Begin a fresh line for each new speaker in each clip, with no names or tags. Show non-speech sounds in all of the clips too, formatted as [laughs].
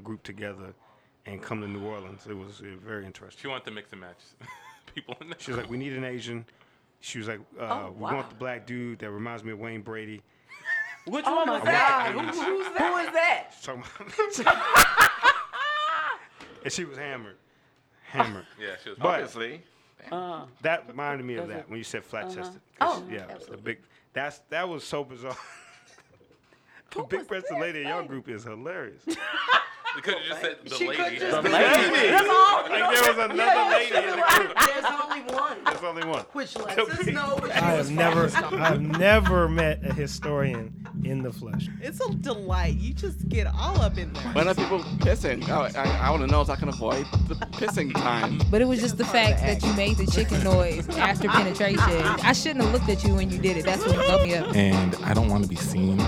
group together and come to New Orleans. It was uh, very interesting.
She wanted to mix and match [laughs] people in there.
She was like, "We need an Asian." She was like, uh,
Oh,
"We
wow.
want the black dude that reminds me of Wayne Brady."
Which oh one was
that?
Who, who's that? Who is that?
She's talking about- [laughs] and she was hammered, hammered.
yeah, she was.
But-
Obviously.
That reminded me of
Those
that
are-
when you said flat chested.
Oh,
yeah, the
absolutely.
big. That's that was so bizarre. [laughs] the
What
big
was
breasted
that
lady in your
thing?
group is hilarious.
we could have just said the
She
lady.
could just
The
be
lady.
That's all.
like there
[laughs]
was another lady in the group.
There's only one.
That's the only one.
Which lets us know which
I have never, I've never met a historian in the flesh.
It's a delight. You just get all up in there.
But other people pissing. I, I, I want to know if I can avoid the pissing time.
But it was just the fact that you made the chicken noise after penetration. I shouldn't have looked at you when you did it. That's what fucked me up.
and I don't want to be seen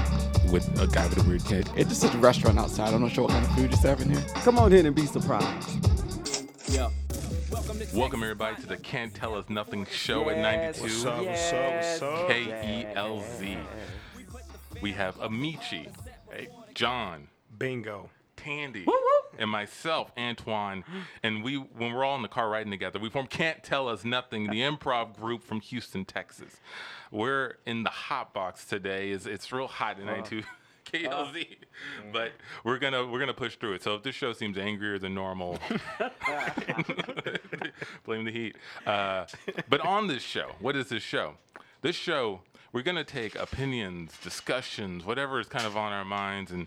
with a guy with a weird head.
It's just a restaurant outside. I'm not sure what kind of food is serving here.
Come on in and be surprised.
Welcome everybody to the Can't Tell Us Nothing show
Yes.
at
What's
92
up? What's up? What's
Yes.
up?
K E L Z. We have Amici, John,
Bingo.
Tandy, and myself, Antoine. And we, when we're all in the car riding together, we form Can't Tell Us Nothing, the improv group from Houston, Texas. We're in the hot box today. It's, it's real hot in [laughs] 92 KLZ, but we're gonna we're gonna push through it. So if this show seems angrier than normal, [laughs] Blame the heat. Uh, but on this show, what is this show? This show, we're going to take opinions, discussions, whatever is kind of on our minds, and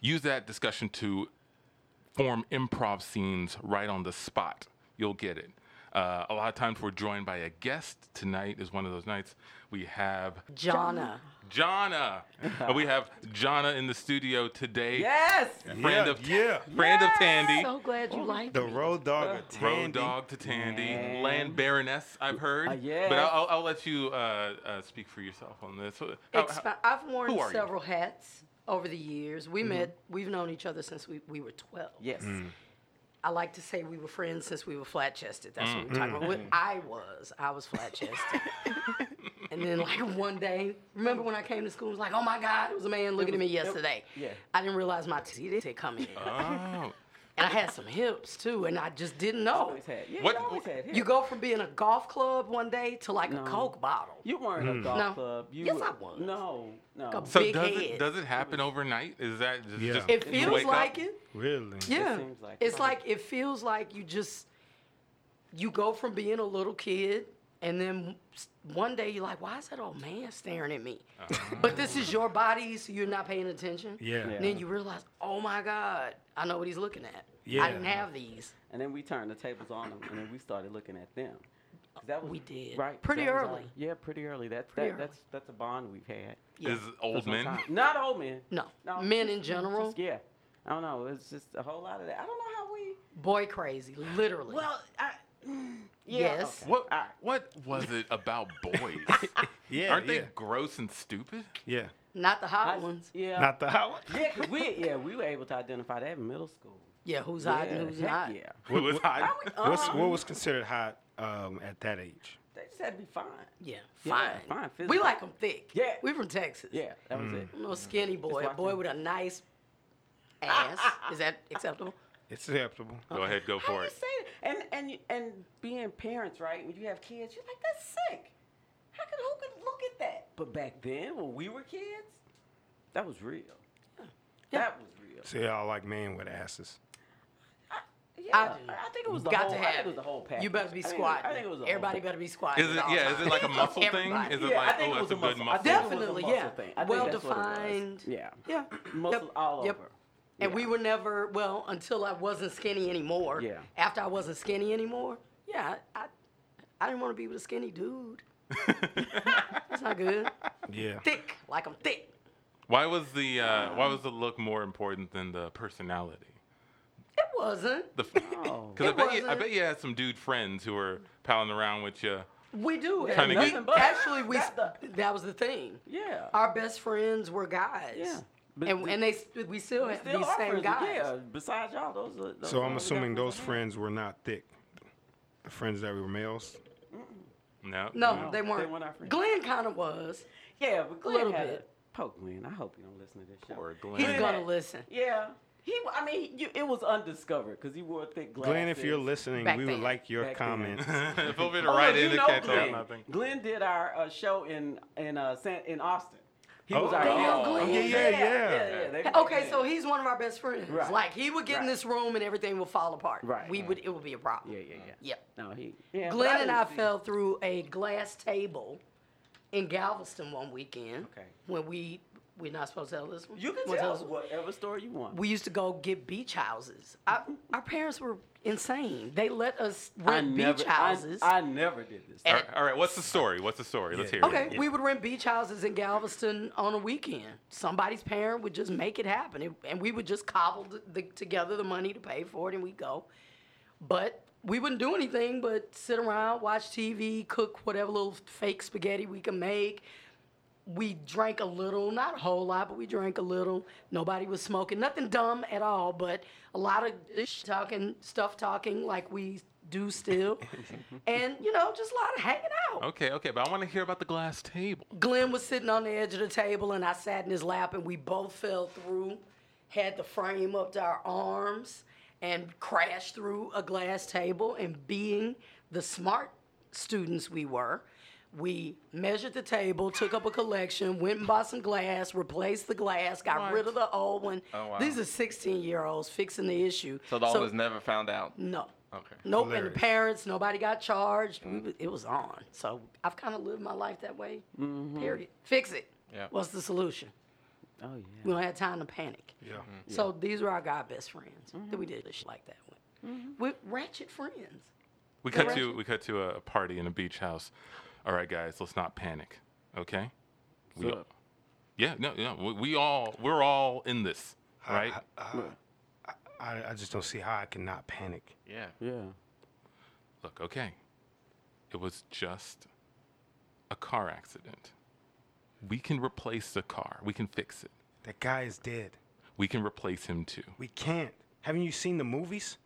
use that discussion to form improv scenes right on the spot. You'll get it. Uh, a lot of times we're joined by a guest. Tonight is one of those nights. We have
Jonna.
Jonna. Uh, we have Jonna in the studio today.
Yes.
Friend
Yeah,
of
yeah.
friend of Tandy.
So glad you liked
The road dog. of Tandy.
Road dog to Tandy, land baroness. I've heard,
Uh, yes.
but I'll, I'll, I'll let you uh, uh, speak for yourself on this. How- how-
Exp- I've worn
who are you?
several hats over the years. We met, we've known each other since we, we were 12.
Yes.
Mm.
I like to say we were friends since we were flat chested. That's what we're talking about. What I was, I was flat chested. and then, like, one day, remember when I came to school, it was like, oh my God, it was a man looking at me yesterday.
yeah.
I didn't realize my teeth had come in. [laughs]
oh,
and I had some hips too, and I just didn't know.
Always had. Yeah,
What-
you always had. hair.
You go from being a golf club one day to like a
No.
Coke bottle.
You weren't a golf
No.
club. You
Yes,
were-
I was.
No, no.
Go-
so
Big
does
head.
it does it happen overnight? Is that just,
Yeah.
just
it
you
feels
wake up?
like it.
Really?
Yeah.
seems like
it's
it.
like it feels like you just you go from being a little kid and then s- one day you're like, why is that old man staring at me? but this is your body, so you're not paying attention.
Yeah.
And then you realize, oh my God, I know what he's looking at.
Yeah.
I didn't have these.
And then we turned the tables on them, and then we started looking at them. 'Cause That was,
We did.
Right.
Pretty
that was our-
early.
yeah, pretty early. That,
Pretty
that
early.
that's that's a bond we've had.
Yeah.
Is old
for some
men?
time. Not old men.
No.
No,
Men in
just- just-
general,
yeah. I don't know. It's just a whole lot of that. I don't know how we.
boy crazy, literally.
Well, [sighs] I,
yes.
What
All right.
what was it [laughs] about boys?
Yeah.
Aren't they
yeah.
gross and stupid?
Yeah.
Not the hot
I-
ones.
Yeah.
Not the Howard.
yeah, 'cause we yeah we were able to identify that in middle school.
Yeah, who's hot
yeah,
and who's
heck
not.
Yeah.
It [laughs] was hot.
What's, what was considered hot um, at that age?
They just had to be fine.
Yeah,
Yeah,
fine.
fine,
we
physical.
like them thick.
Yeah.
We from Texas.
Yeah, that was it.
No skinny boy. A
like
boy
them.
with
[laughs]
a nice ass. Is that acceptable?
It's acceptable.
Go ahead, go
How
for
you
it.
say that? And and you- and being parents, right? When you have kids, you're like, that's sick. How could who could look at that? But back then, when we were kids, that was real. That was real.
So y'all like men with asses.
Yeah, Uh, I,
do.
think it was the
Got
whole.
to
I
have
think it was
it.
the whole package.
You better
I
be
think it was-
squatting.
I think it was the whole
Everybody
package.
better be squatting.
Is it
at all
yeah? Is it
[laughs]
like a
times.
muscle thing?
Everybody.
Is it
Yeah, I
like
think
oh,
it
that's
was
a
a
good
muscle.
muscle?
I think it was a
Definitely,
muscle
yeah.
thing. I think
Well
that's what it was.
defined.
Yeah.
Yeah.
Muscle
Yep.
all
Yep.
over.
And
Yeah.
we were never well until I wasn't skinny anymore.
Yeah.
After I wasn't skinny anymore, yeah, I, I, I didn't want to be with a
[laughs]
skinny dude. That's not good.
Yeah.
Thick, like I'm thick.
Why was the uh, why was the look more important than the personality?
It wasn't.
The [laughs]
Oh.
because I
It
bet you, I
wasn't.
bet you had some dude friends who were palling around with you.
We do.
Kinda
and
get-
we, actually, we
That's the-
that was the thing.
Yeah.
Our best friends were guys.
Yeah. But
And,
the-
and they we still
We
have
still
these
are
same
friends,
guys.
Yeah. Besides y'all, those are. Those
So
are
I'm
the
assuming
guys
those friends were not thick. The friends that were males.
No.
No, they weren't.
they weren't our friends.
Glenn kind of was.
Yeah, but Glenn
little
had
bit.
a poke Glenn. I hope you don't listen to this show.
Or Glenn.
He's
Glenn
gonna
had-
listen.
Yeah, He, I mean, you, it was undiscovered because he wore thick glasses.
Glenn, if you're listening,
Back
we would
then.
like your
Back then.
comments.
[laughs] [laughs] Feel free to
Oh,
write
you
in the
know
catch
Glenn.
nothing.
Glenn did our uh, show in in uh, San, in Austin. He was
Oh,
our
Damn,
guest.
Glenn.
Yeah, yeah, yeah.
they-
Okay,
yeah.
so he's one of our best friends.
Right.
Like he would get in
Right.
this room and everything would fall apart.
Right.
We would. It would be a problem.
Yeah, yeah, yeah.
Yep.
No, he. Yeah, but
Glenn and
didn't
I
see-
fell through a glass table in Galveston one weekend.
Okay.
When we we're not supposed to tell this one.
You can
Wanna
tell us
this one?
whatever story you want.
We used to go get beach houses. Our, our parents were insane. They let us
I
rent
never,
beach houses.
I, I never did this.
All right, all right, what's the story? What's the story? Let's hear
Okay,
it.
we would rent beach houses in Galveston on a weekend. Somebody's parent would just make it happen, and- and we would just cobble the, the, together the money to pay for it, and we'd go. But we wouldn't do anything but sit around, watch TV, cook whatever little fake spaghetti we could make. We drank a little, not a whole lot, but we drank a little. Nobody was smoking, nothing dumb at all, but a lot of ish talking, stuff talking like we do still. and, you know, just a lot of hanging out.
Okay, okay, but I want to hear about the glass table.
Glenn was sitting on the edge of the table, and I sat in his lap, and we both fell through, had the frame up to our arms, and crashed through a glass table. And being the smart students we were, we measured the table, took up a collection, went and bought some glass, replaced the glass, got rid of the old one.
Oh, wow.
These are 16 year olds fixing the issue.
So the oldest never found out.
No.
Okay.
Nope. And the
Hilarious.
parents, nobody got charged. We was- it was on. So I've kind of lived my life that way. Period. Fix it.
Yeah.
What's the solution?
Oh yeah.
We don't have time to panic.
Yeah.
So these were our God best friends that we did this shit like that with. With ratchet friends.
We cut to we cut to a party in a beach house. All right, guys, let's not panic. Okay. We,
Sup?
yeah, no, no, we, we all we're all in this, right?
I, I just don't see how I cannot panic.
Yeah.
Yeah.
Look, okay. It was just a car accident. We can replace the car. We can fix it.
That guy is dead.
We can replace him too.
We can't. Haven't you seen the movies?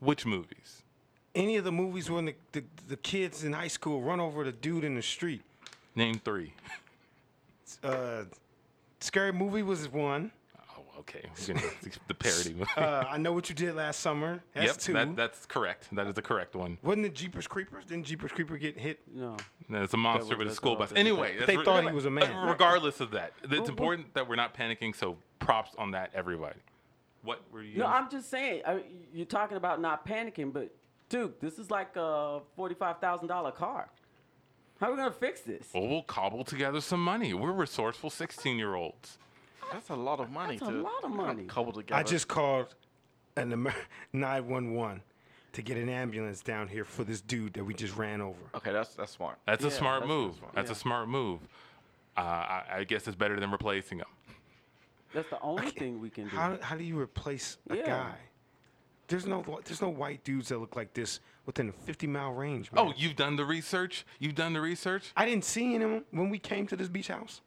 Which movies?
Any of the movies when the, the, the kids in high school run over the dude in the street?
Name three.
Uh, scary movie was one.
[laughs] Oh, okay. We're gonna- the [laughs] parody movie.
Uh, I know what you did last summer. That's
yep,
two.
That, that's correct. That is the correct one.
Wasn't it Jeepers Creepers? Didn't Jeepers Creeper get hit?
No.
No, it's a monster
was-
with a
that's
school
all-
bus.
that's all-
Anyway, that's
They
re-
thought he was a
but
man.
Regardless of that, it's important that we're not panicking. So props on that, everybody. What were you?
No,
gonna-
I'm just saying. I, you're talking about not panicking, but Duke, this is like a forty-five thousand dollar car. How are we gonna fix this?
well, Oh, we'll cobble together some money. We're resourceful 16 year olds.
That's a lot of money.
That's a
to
lot of
kind
money.
Cobble together.
I just called an Amer- [laughs] 911 to get an ambulance down here for this dude that we just ran over.
Okay, that's that's smart.
That's a smart
that's-
move.
that's smart.
That's a smart move. Uh, I, I guess it's better than replacing them.
That's the only thing we can do.
How, how do you replace a
Yeah.
guy? There's no there's no white dudes that look like this within a 50 mile range. Man.
Oh, you've done the research. You've done the research.
I didn't see him when we came to this beach house.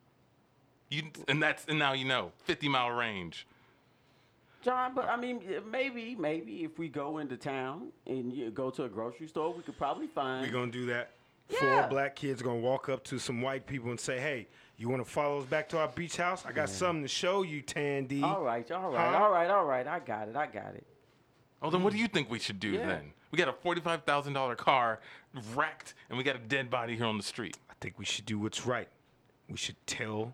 You and that's and now you know. 50 mile range.
John, but I mean, yeah, maybe, maybe if we go into town and you go to a grocery store, we could probably find.
We're gonna do that.
Yeah.
Four black kids gonna walk up to some white people and say, "Hey, you want to follow us back to our beach house? I got something to show you, Tandy."
all right, all right,
Huh?
all right, all right. I got it, I got it.
Oh, then what do you think we should do
Yeah.
then? We got a forty-five thousand dollar car wrecked, and we got a dead body here on the street.
I think we should do what's right. We should tell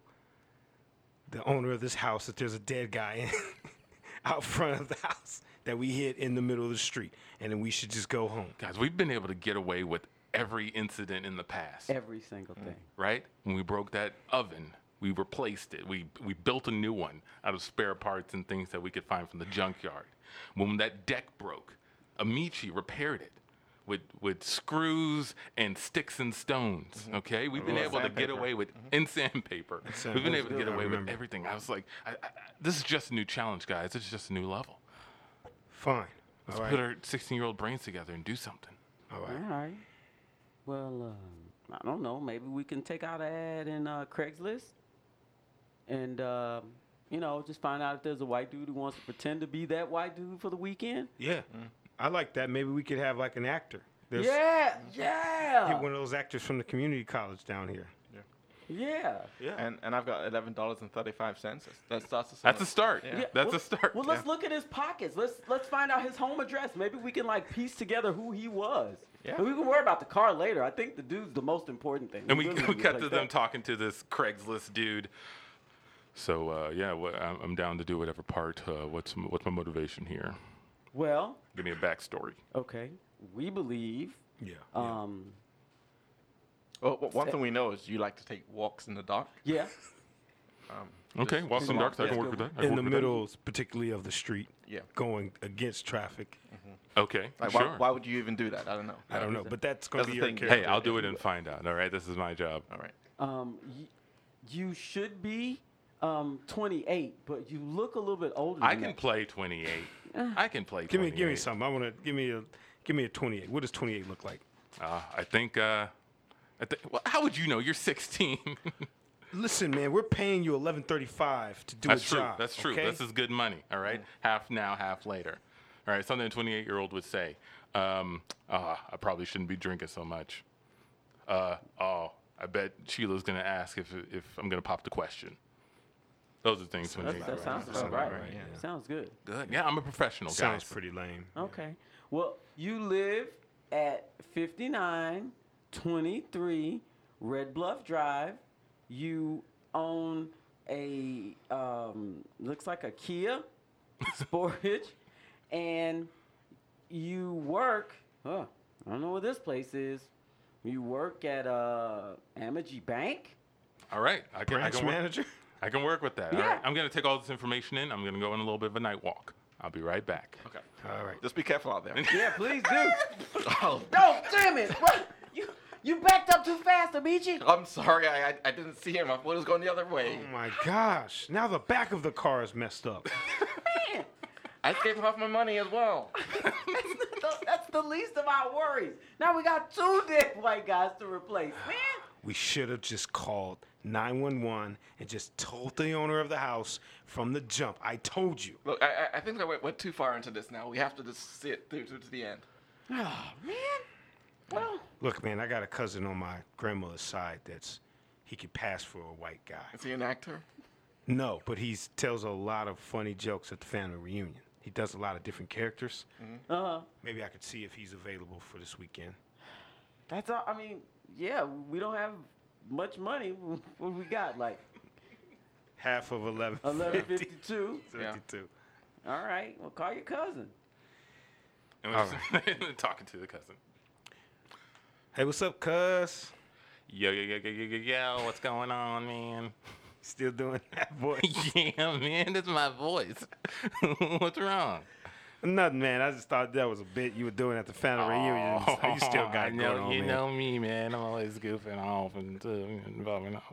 the owner of this house that there's a dead guy [laughs] in, out front of the house that we hit in the middle of the street, and then we should just go home.
Guys, we've been able to get away with every incident in the past,
Every single
Mm.
thing.
right? When we broke that oven, we replaced it. We we built a new one out of spare parts and things that we could find from the junkyard. When that deck broke, Amici repaired it with with screws and sticks and stones. Okay, we've been
Well,
able to get
sandpaper.
away with and sandpaper. We've been
sandpaper.
able to get
I
away with
remember.
everything. I was like, I, I, I- this is just a new challenge, guys. It's just a new level.
Fine.
Let's
All right.
put our 16 year old brains together and do something.
All
All
right.
right. Well, um, I don't know. Maybe we can take out an ad in uh, Craigslist, and um, you know, just find out if there's a white dude who wants to pretend to be that white dude for the weekend.
Yeah, I like that. Maybe we could have like an actor. There's
yeah, yeah,
Get one of those actors from the community college down here.
Yeah. Yeah.
And and I've got eleven dollars and thirty five cents. That starts. us
That's
on
a start.
Yeah.
That's
well,
a start.
Well, let's look at his pockets. Let's let's find out his home address. Maybe we can like piece together who he was.
Yeah.
And we can worry about the car later. I think the dude's the most important thing.
And we,
really
[laughs] we
need
cut
like
to
that.
them talking to this Craigslist dude. So uh, yeah, wha- I'm I'm down to do whatever part. Uh, what's m- what's my motivation here?
Well,
Give me a backstory.
okay. We believe.
Yeah.
Uh,
Um.
Well, w- one thing we know is you like to take walks in the dark.
Yeah.
Um,
Okay,
just-
walk some dark. I
yeah.
can work with that. I can
in
work
the
with that.
middle, particularly of the street,
Yeah.
going against traffic.
Mm-hmm. Okay,
Like,
sure.
why, why would you even do that? I don't know.
I don't know, but that's going to
That's
be
the
your
thing.
character.
hey, I'll do it and find out. All right, this is my job.
All right.
Um. Y- you should be um 28, but you look a little bit older.
I
than
can
that.
play 28. [laughs] I can play.
Give me,
28.
give me something. I want to give me a, give me a twenty-eight. What does twenty-eight look like?
Uh, I think. Uh, I think. Well, how would you know? You're 16. [laughs]
Listen, man, we're paying you eleven thirty-five to do
That's
a
true.
job.
That's true.
okay?
This is good money. All right. Half now, half later. All right. Something a 28 year old would say. Um, ah, I probably shouldn't be drinking so much. Uh, oh, I bet Sheila's gonna ask if if I'm gonna pop the question. Those are things. 28
That, that
-year-olds
sounds
say.
about right.
yeah.
Sounds good.
good. Yeah, I'm a professional.
sounds
guys. Oh.
pretty lame.
Okay. Well, you live at 5923 Red Bluff Drive. You own a um, looks like a [laughs] Kia Sportage, and you work. Huh, I don't know where this place is. You work at uh, Amagi Bank.
All right. I can, I
Branch
can work-
manager.
I can work with that. All
Yeah.
right. I'm going to take all this information in. I'm going to go on a little bit of a night walk. I'll be right back.
Okay.
All right.
Just be careful
[laughs]
out there. [laughs] Oh,
Yeah, please [laughs] do. No, Oh, damn it! What? You you backed up too fast, Amici.
I'm sorry. I, I I didn't see him. I thought it was going the other way.
Oh my gosh! Now the back of the car is messed up.
Man.
I gave half my money as well. [laughs]
That's the- That's the least of our worries. Now we got two [laughs] dead white guys to replace. Man,
We should have just called 911 and just told the owner of the house from the jump. I told you.
Look, I I, I think that we're, we're too far into this now. We have to just see it through to, to the end.
man. Well,
Look, man, I got a cousin on my grandmother's side that's he could pass for a white guy.
Is he an actor?
No, but he tells a lot of funny jokes at the family reunion. He does a lot of different characters.
Mm.
uh,
Maybe I could see if he's available for this weekend.
that's all. I mean, yeah, we don't have much money. [laughs] What we got? Like
Half of 11.
eleven fifty-two.
52.
All right. Well, call your cousin.
And we're just [laughs] talking to the cousin.
[laughs] Hey, what's up, cuz?
Yo, yo, yo, yo, yo, yo, yo, what's going on, man?
Still doing that,
[laughs]
boy?
yeah, man, that's my voice. [laughs] what's wrong?
Nothing, man. I just thought that was a bit you were doing at the family reunion. So You still got
Oh, [laughs] I
it
know,
going on,
You
man.
know me, man. I'm always goofing off and uh, involving off.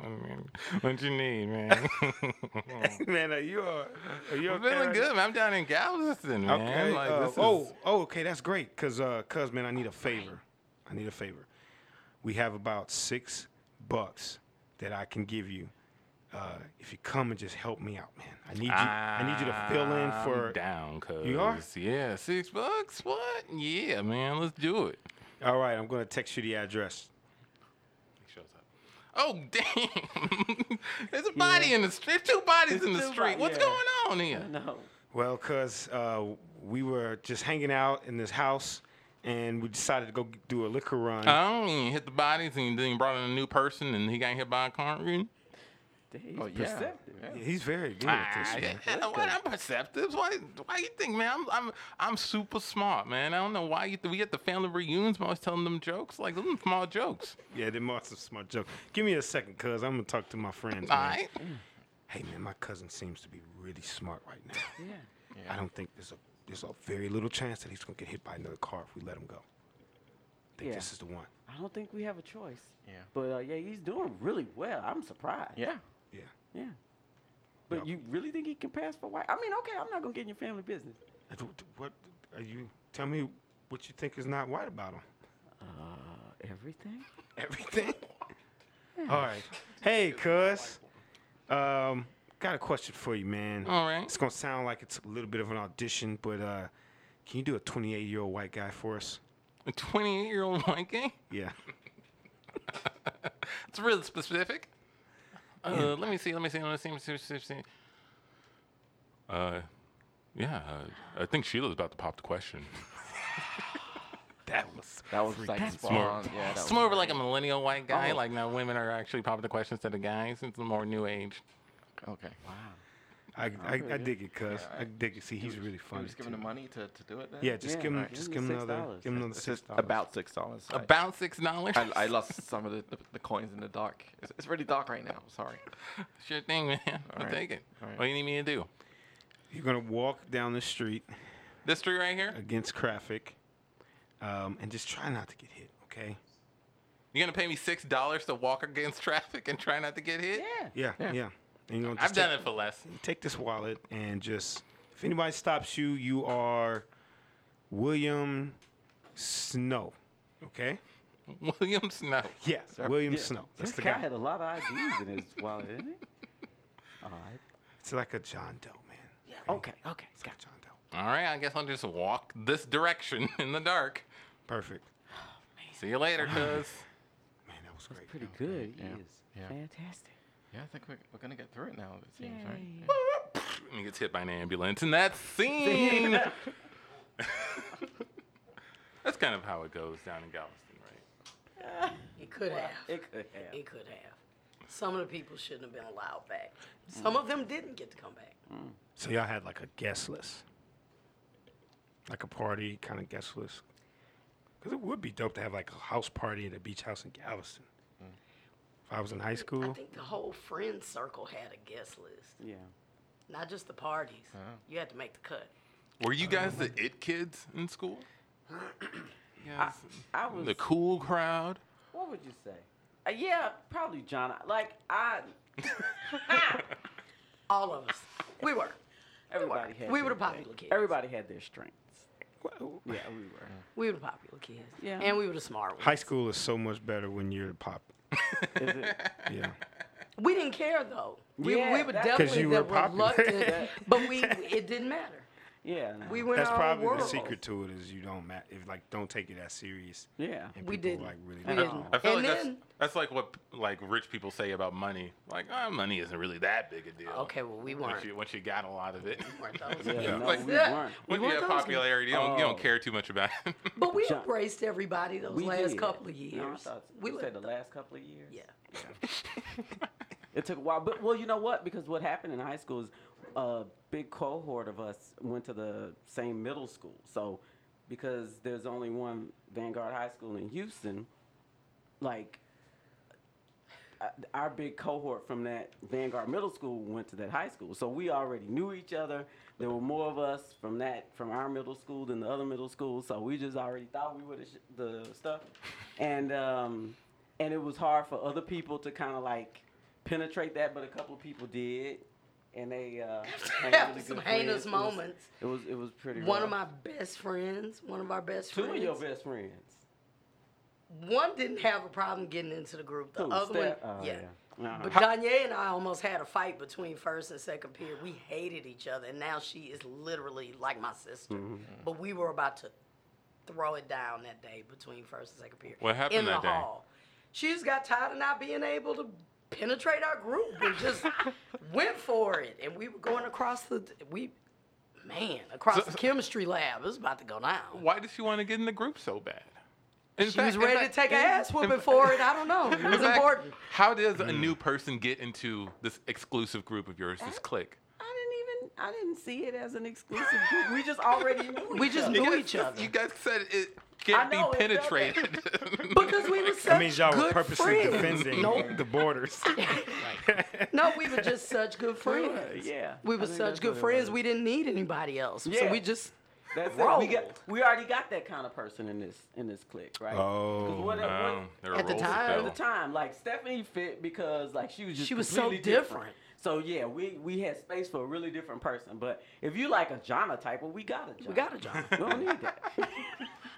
What you need, man? [laughs]
[laughs] man, are you, all- are you
I'm
okay
feeling
right
good, man. I'm down in Galveston, man.
Okay.
Like,
uh,
this is-
oh, oh, okay. That's great. Cause, uh, cuz, man, I need a favor. I need a favor. We have about six bucks that I can give you. Uh, if you come and just help me out, man. I need you. I need you to fill in
Ah, I'm
for.
down, cuz
You are?
yeah, six bucks. What? Yeah, man, let's do it.
All right, I'm gonna text you the address.
He shows up. Oh [laughs] damn! [laughs] There's a body in the street. Two bodies in the
two
street.
bo-
What's
yeah.
going on here?
No. [laughs]
Well, cuz uh, we were just hanging out in this house, and we decided to go g- do a liquor run.
Oh, and you hit the bodies and then you brought in a new person and he got hit by a car. Mm.
He's
Oh, yeah.
perceptive.
Yeah.
He's very good at
Ah,
this, man.
yeah, what? I'm perceptive. Why? Why you think, man? I'm, I'm, I'm super smart, man. I don't know why you. Th- we at the family reunions. I'm always telling them jokes, like them small jokes.
Yeah, they must have smart joke. Give me a second, cuz I'm gonna talk to my friends.
All
Man.
right.
Hey man, my cousin seems to be really smart right
[laughs]
now.
Yeah.
I don't think there's a there's a very little chance that he's gonna get hit by another car if we let him go. I think
Yeah.
this is the one.
I don't think we have a choice.
Yeah.
But uh, yeah, he's doing really well. I'm surprised.
Yeah.
Yeah.
Yeah. But you really think he can pass for white? I mean, okay, I'm not gonna get in your family business.
Uh, d- d- What are you? Tell me what you think is not white about him. [laughs]
Everything?
[laughs]
Everything. All right. Hey, cuz. Um, got a question for you, man.
All right.
It's gonna sound like it's a little bit of an audition, but uh, can you do a 28 year old white guy for us?
A 28 year old white guy.
Yeah.
It's really specific. Uh, Let me see. Let me see. Let me see. Let me see. Let me see. Uh, yeah, uh, I think Sheila's about to pop the question.
[laughs] that was
that was like
That's
spot
more-
on. Yeah, that
it's
was
more of
great.
like a millennial white guy.
Oh.
Like now, women are actually popping the question instead of guys. It's more new age.
Okay. Wow.
I, I, I
Alright.
dig it, cuz.
Yeah,
I dig it. See, he's really
Are
funny.
just giving the money to, to do it then?
Yeah, just
Yeah,
give him,
right.
just
Give
give
him
him
the
another,
$6.
give him another
It's
six
just
dollars.
about six dollars.
About six dollars.
I, I lost some of the, the, the coins in the dark. It's, it's really dark right now. Sorry.
[laughs] Sure thing, man. I'll
right.
take it.
All right.
What do you need me to do?
You're gonna walk down the street
This tree right here.
against traffic, um, and just try not to get hit. Okay.
You're gonna pay me six dollars to walk against [laughs] traffic and try not to get hit?
Yeah.
Yeah, yeah.
Yeah.
And you're gonna
I've
just
done
take,
it for
[laughs]
less. [laughs]
Take this wallet and just, if anybody stops you, you are William Snow. Okay.
William Snow.
Yes, William
Yeah.
Snow. That's
This
the
guy
guy.
had a lot of IDs in his wallet, didn't he? [laughs] All right.
It's like a John Doe, man. Yeah.
Okay. Okay.
It's like a John Doe.
All right, I guess I'll just walk this direction [laughs] in the dark.
Perfect.
See you later, cuz.
Man, that was great.
Pretty good. He
Yeah.
is
Yeah.
fantastic.
Yeah, I think we're, we're gonna get through it now. It seems right. Yeah.
and he gets hit by an ambulance, and that's scene.
[laughs]
[laughs] that's kind of how it goes down in Galveston, right?
It could have.
It could have.
It could have. Some of the people shouldn't have been allowed back. Some of them didn't get to come back.
So y'all had like a guest list, like a party kind of guest list. Cause it would be dope to have like a house party at a beach house in Galveston. If I was in high
I
school,
think the whole friend circle had a guest list,
Yeah.
not just the parties. You had to make the cut. [laughs]
Were you guys the it kids in school?
I,
Yes.
I was.
the cool crowd.
What would you say? Uh, yeah, probably John. Like I,
All of us. We were.
everybody had.
We were
their
the popular
thing.
kids.
Everybody had their strengths. Yeah, [laughs] we were.
We were the popular kids.
Yeah.
And we were the smart ones.
high school is so much better when you're the pop.
Is it?
[laughs]
[laughs]
Yeah.
We didn't care though. We,
Yeah,
we were
that- 'Cause
definitely
you
the
were popular.
reluctant,
[laughs]
but we it didn't matter.
Yeah. no.
We went
That's
our
probably
own
the
world.
secret to it is you don't ma- if like don't take it that serious.
Yeah.
And
We
people,
didn't.
like really
We
don't
didn't.
know.
I feel
And
like
then-
that's, that's like what like rich people say about money. Like, oh, money isn't really that big a deal.
Okay, well we
Once
weren't.
you, once you got a lot of it,
weren't
[laughs]
those
Yeah,
kids.
no,
Like-
we weren't.
We
once you
weren't
have
those kids.
popularity, you don't, you
Oh.
don't care too much about it. [laughs]
But we
John-
embraced everybody those
We
last
did.
couple of years.
No, I thought,
we
you
let
said the
the-
last couple of years.
Yeah.
It took a while, but well, you know what? Because what happened in high school is a big cohort of us went to the same middle school. So because there's only one Vanguard High School in Houston, like uh, our big cohort from that Vanguard Middle School went to that high school. So we already knew each other. There were more of us from that from our middle school than the other middle school. So we just already thought we were the, sh- the stuff, and um, and it was hard for other people to kind of like penetrate that, but a couple people did, and they
[laughs]
uh, had
After
really
some
good
heinous
friends. It was-
moments.
It was it was pretty.
One of
rough.
my best friends, one of our best
two
friends.
of your best friends.
One didn't have a problem getting into the group. The
Who,
other one,
Steph? Oh,
yeah.
yeah. Uh-huh.
But Danye and I almost had a fight between first and second period. We hated each other, and now she is literally like my sister.
Mm-hmm.
But we were about to throw it down that day between first and second period.
What happened
in
that day?
the Hall. She just got tired of not being able to penetrate our group. We
[laughs]
just went for it, and we were going across the we. Man, across
So-
the chemistry lab, it was about to go down.
Why did she want to get in the group so bad? In
She
fact-
was
in
ready
fact-
to take an
in-
ass
in
whooping
fa-
for it. I don't know. It
in
was
fact,
important.
How does a new person get into this exclusive group of yours, this
That-
clique?
I didn't even I didn't see it as an exclusive
[gasps]
group. We just already [laughs] knew.
We
each
just
other.
knew
guys-
each other.
You guys said it can't
know,
be
it felt bad.
penetrated. [laughs]
Because we were such
That means y'all
good
were purposely
friends.
defending
No,
the borders.
[laughs]
[laughs]
no, we were just
[laughs]
such good friends.
yeah.
we
I
were
think
such
that's what
good
it
friends.
was.
We didn't need anybody else. So
Yeah.
we just
That's it.
Roll.
We got we already got that kind of person in this in this clique, right? 'Cause
Oh.
what- what-
Um, there are
At the
rules,
time-
at
though.
the time, like Stephanie fit because like she was just
She was so
completely
different.
So yeah, we we had space for a really different person. But if you like a Jonna type, well, we got a Jonna.
we got
[laughs]
a job.
We don't need that. [laughs]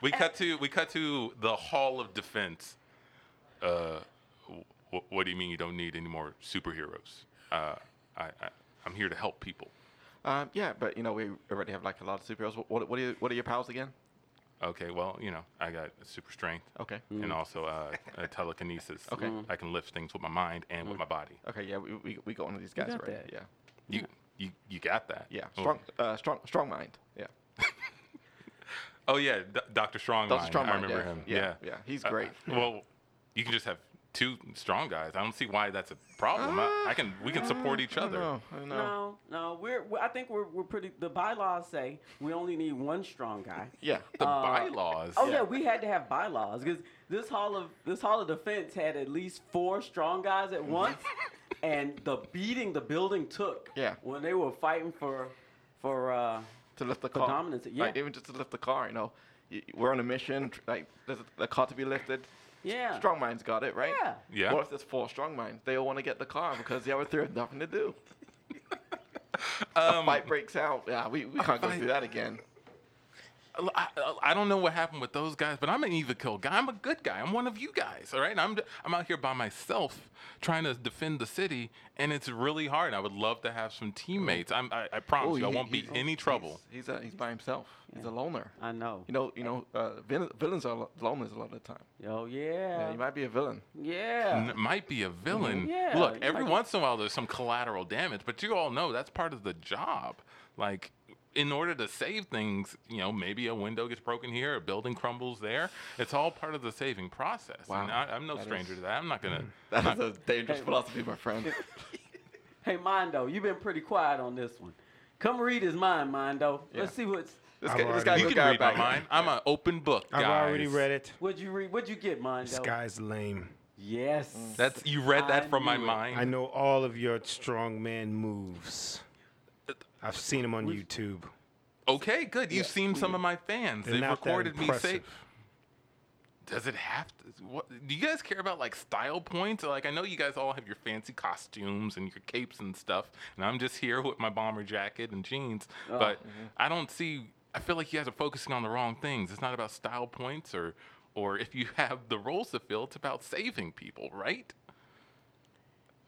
We cut to we cut to the Hall of Defense. Uh, wh- what do you mean you don't need any more superheroes? Uh, I, I I'm here to help people.
Um, yeah, but you know we already have like a lot of superheroes. What what are, your, what are your powers again?
Okay, well, you know, I got super strength.
Okay.
And
Mm.
also uh, uh, telekinesis.
Okay. Mm.
I can lift things with my mind and with my body.
Okay, yeah, we, we, we got one of these
You
guys
got
right.
that.
Yeah.
You you you got that.
Yeah.
Oh.
Strong uh, strong strong mind. Yeah.
Oh yeah, D- Doctor Strongmind.
Dr. Strongmind,
I remember
yeah.
him.
Yeah,
Yeah,
yeah, he's
Uh,
great.
well, you can just have two strong guys. I don't see why that's a problem. I, I can we can support each other.
No, no, we're, we I think we're, we're pretty. The bylaws say we only need one strong guy.
Yeah, the
Uh,
bylaws.
Oh yeah. we had to have bylaws because this hall of this hall of defense had at least four strong guys at once,
[laughs]
and the beating the building took.
Yeah.
When they were fighting for, for uh,
to lift the
for
car.
dominance. Yeah.
Like, even just to lift the car, you know. Y- y- We're on a mission, tr- like, there's a, the car to be lifted.
Yeah.
Strong mind's got it, right?
Yeah.
Yeah.
What if there's four strong minds? They all want to get the car because the other three have nothing to do.
Um,
a fight breaks out. Yeah, we, we can't go through that again.
I, I- I don't know what happened with those guys, but I'm an evil kill guy. I'm a good guy. I'm one of you guys, all right? And I'm I'm out here by myself trying to defend the city, and it's really hard. I would love to have some teammates. I'm, I, I promise
Oh,
you, I
he-
won't be
he's-
any trouble.
He's uh, he's by himself. He's a loner.
I know.
You know, you know, uh, vil- villains are lo- loners a lot of the time.
Oh yeah.
you might be a villain.
Yeah.
N- might be a villain.
Yeah,
Look,
you
every
might be-
once in a while there's some collateral damage, but you all know that's part of the job. Like, in order to save things, you know, maybe a window gets broken here, a building crumbles there. It's all part of the saving process. And
Wow.
I, I'm no
That
stranger
is- Mm.
to that. I'm not gonna.
That
not-
is a dangerous
Hey,
philosophy, my
[laughs]
friend.
Hey Mondo, you've been pretty quiet on this one. Come read his mind, Mondo. Let's see what's.
This
I've
guy, this
already-
guy,
you
this
can
guy
read my
back.
mind. I'm an open book, guys.
I've already read it.
What'd you read? What'd you get, Mondo?
This guy's lame.
Yes.
Mm.
That's you read that
I
from my
knew it.
mind.
I know all of your strongman moves. I've seen them on YouTube.
Okay, good. You've seen some of my fans.
They're
They've
not that
recorded me say.
impressive.
Does it have to? What, do you guys care about like style points? Like I know you guys all have your fancy costumes and your capes and stuff, and I'm just here with my bomber jacket and jeans.
Oh,
but
mm-hmm.
I don't see. I feel like you guys are focusing on the wrong things. It's not about style points or, or if you have the roles to fill. It's about saving people, right?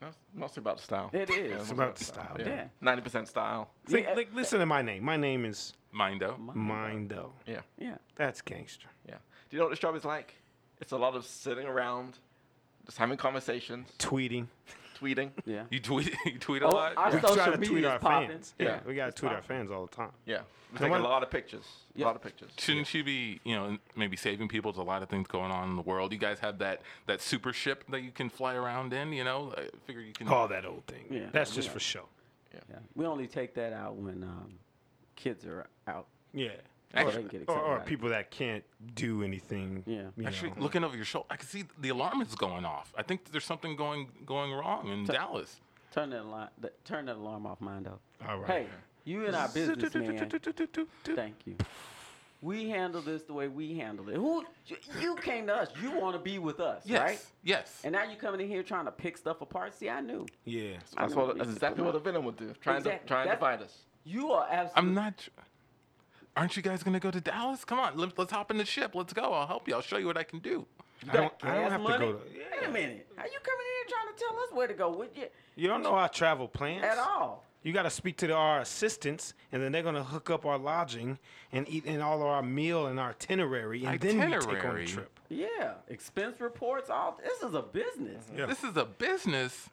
No, it's Mostly about style.
It is.
Yeah,
It's
mostly
about
Oh,
style,
yeah.
Ninety percent style.
Think,
Yeah. Oh
like, listen to my name. My name is
Mindo.
Mindo.
Yeah,
Yeah.
That's gangster.
yeah. Do you know what this job is like? It's a lot of sitting around, just having conversations,
[laughs]
Tweeting.
tweeting.
Yeah.
You tweet. [laughs] You tweet a
Oh,
lot.
I-
We
Social
try to
media
tweet
is
our
popping.
fans.
Yeah,
Yeah, we gotta
it's
tweet our
popping.
fans all the time.
Yeah, we
Come
take a
on.
lot of pictures.
Yeah.
A lot of pictures.
Shouldn't you be, you know, maybe saving people? There's a lot of things going on in the world. You guys have that that super ship that you can fly around in. You know, I figure you can.
Oh,
All that old thing.
Yeah.
That's just
Yeah.
for show.
Yeah. We only take that out when um, kids are out.
Yeah.
Or
Actually-
they get
Or,
excited
or
about it.
people that can't do anything.
Yeah.
you
Actually,
know.
looking over your shoulder, I can see the alarm is going off. I think there's something going going wrong in Dallas.
Turn that alarm. That, turn that alarm off, Mondo.
All right.
Hey,
[laughs]
you and our business man. [laughs] Thank you. We handle this the way we handle it. Who you- you came to us? You want to be with us,
Yes.
right?
Yes.
And now you coming in here trying to pick stuff apart. See, I knew
Yeah.
I
That's
know
what.
we
That's
should
exactly
do.
what a villain would do. Trying
Exactly.
to trying to
That's-
divide us.
you are absolutely.
I'm not. Aren't you guys gonna go to Dallas? Come on, let, let's hop in the ship. Let's go. I'll help you. I'll show you what I can do.
I don't, I don't have
money.
to go to.
Wait a minute. How you coming in here trying to tell us where to go with you
You don't know our travel plans
at all?
You got to speak to the- our assistants, and then they're gonna hook up our lodging and eat and all our meal and our itinerary, and then we take on
Itinerary?
a trip.
Yeah, expense reports. All this is a business.
Yeah.
This is a business.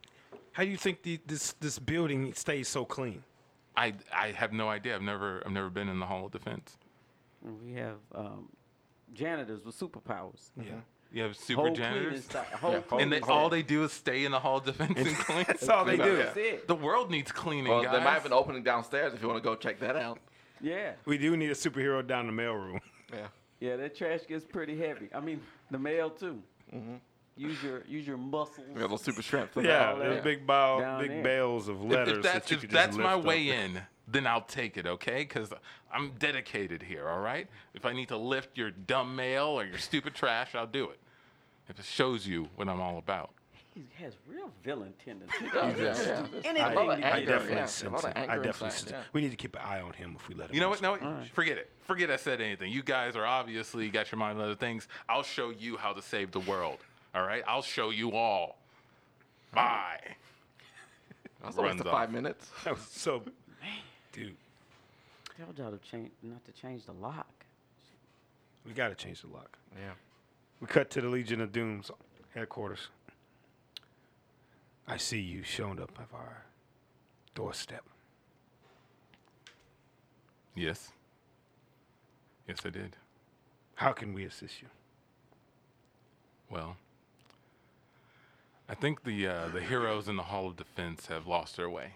How do you think the, this this building stays so clean?
I I have no idea. I've never I've never been in the Hall of Defense.
We have um, janitors with superpowers.
Yeah.
You have super
Whole cleaning
janitors.
side. Whole
Oh,
cleaning
and they,
side.
all they do is stay in the hall of defense
[laughs]
and clean.
That's all they do.
That's it.
The world needs cleaning,
Well,
guys.
they might have an opening downstairs if you want to go check that out.
Yeah,
We do need a superhero down the
[laughs]
mailroom.
Yeah.
yeah. That trash gets pretty heavy. I mean, the mail too. Use your use your muscles.
We have a little super strength.
Yeah,
yeah.
there's big ball,
Down
big
there.
bales of
If-
letters.
if that's,
that you
if
could just
that's my
lift up.
way in, then I'll take it, okay? Because I'm dedicated here, all right? If I need to lift your dumb mail or your stupid trash, I'll do it. If it shows you what I'm all about.
He has real villain
[laughs]
tendencies.
[laughs] Yeah, yeah, yeah.
Anything
lot of
you
anger.
I
do.
definitely
Yeah, a
sense
lot of
it. I
anger
definitely
inside,
sense it.
yeah.
We need to keep an eye on him if we let him.
You know
in.
what? No, forget it. Forget I said anything. You guys are obviously got your mind on other things. I'll show you how to save the world, all right? I'll show you all. Bye.
That's almost
Runs
the
off.
five minutes.
That was [laughs] so, dude.
Told y'all to change not to change the lock.
We got to change the lock.
Yeah.
We cut to the Legion of Doom's headquarters. I see you showing up at our doorstep.
Yes. Yes, I did.
How can we assist you?
Well, I think the uh, the heroes in the Hall of Defense have lost their way.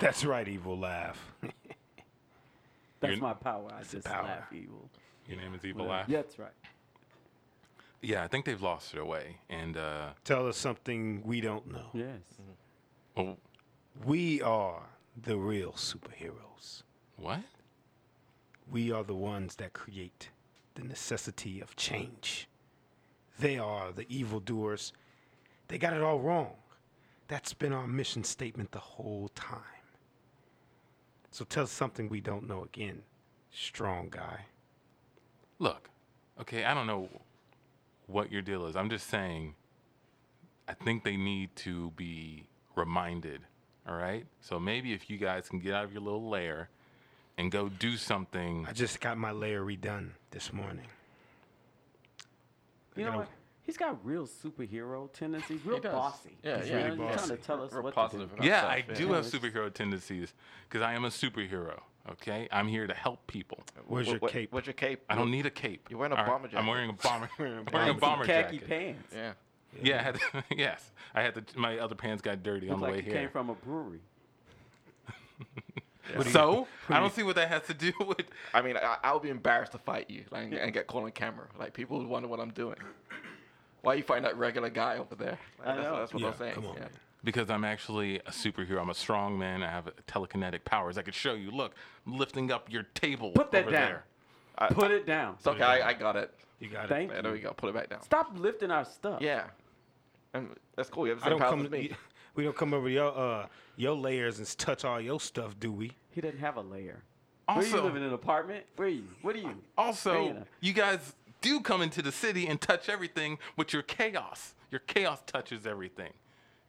That's right, evil laugh. [laughs]
That's
Your-
my power. I
That's the
just
power.
laugh evil.
Your name is Evil
Whatever.
Laugh.
Yeah, that's right.
Yeah, I think they've lost their way, and uh,
Tell us something we don't know.
Yes.
well,
We are the real superheroes.
what?
We are the ones that create the necessity of change. They are the evildoers. They got it all wrong. That's been our mission statement the whole time. So tell us something we don't know again, strong guy.
Look, okay, I don't know what your deal is. I'm just saying, I think they need to be reminded. All right, so maybe if you guys can get out of your little lair and go do something.
I just got my layer redone this morning.
You know
gonna-
what? He's got real superhero tendencies, real
does.
bossy.
Yeah,
He's
yeah.
really
He's
trying to
bossy.
tell us
Real
what
positive
to do.
about
Yeah,
stuff,
I do
Yeah,
have
it's-
superhero tendencies because I am a superhero. Okay, I'm here to help people.
Where's
What-
your
what-
cape?
What's your cape?
I don't need a cape.
You're wearing a
All
bomber
I'm
jacket.
wearing a
[laughs]
bomber. I'm wearing a
Some
bomber
khaki
jacket.
pants.
Yeah.
Yeah, [laughs] I had to, yes, I had to. My other pants got dirty on
Looks
the
like
way
you
here.
came from a brewery.
So I don't see what that has to do with.
I mean, I, I would be embarrassed to fight you like, and get caught on camera. Like, people would wonder what I'm doing. Why are you fighting that regular guy over there? Like,
I
that's,
know.
that's what
Yeah,
I'm saying.
come on,
yeah.
man.
Because I'm actually a superhero. I'm a strong man. I have telekinetic powers. I could show you. Look, I'm lifting up your table
Put that
over
down.
there.
Put it down.
It's okay. I, I got it.
You got it.
Thank
Yeah, there we
you.
go. Put it back down.
Stop lifting our stuff.
Yeah. And that's cool. You have the
I
same
don't
powers
come.
as me.
[laughs] We don't come over your uh your layers and touch all your stuff, do we?
He doesn't have a layer. Where you
Also-
live in an apartment? Where are you? What are you?
Also,
Man.
you guys do come into the city and touch everything with your chaos. Your chaos touches everything.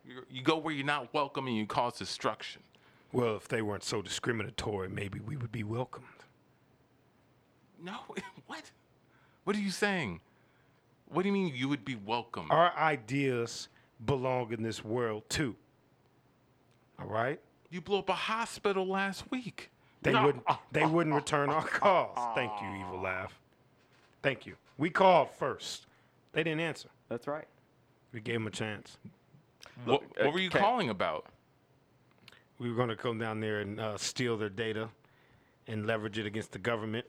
you you go where you're not welcome and you cause destruction.
Well, if they weren't so discriminatory, maybe we would be welcomed.
No, [laughs] what? What are you saying? What do you mean you would be welcome?
Our ideas belong in this world too. All right?
You blew up a hospital last week.
They wouldn't. They wouldn't return our calls. Thank you, evil laugh. Thank you. We called first. They didn't answer.
That's right.
We gave them a chance.
What,
uh,
what were you
Ken-
calling about?
We were going to come down there and uh, steal their data, and leverage it against the government.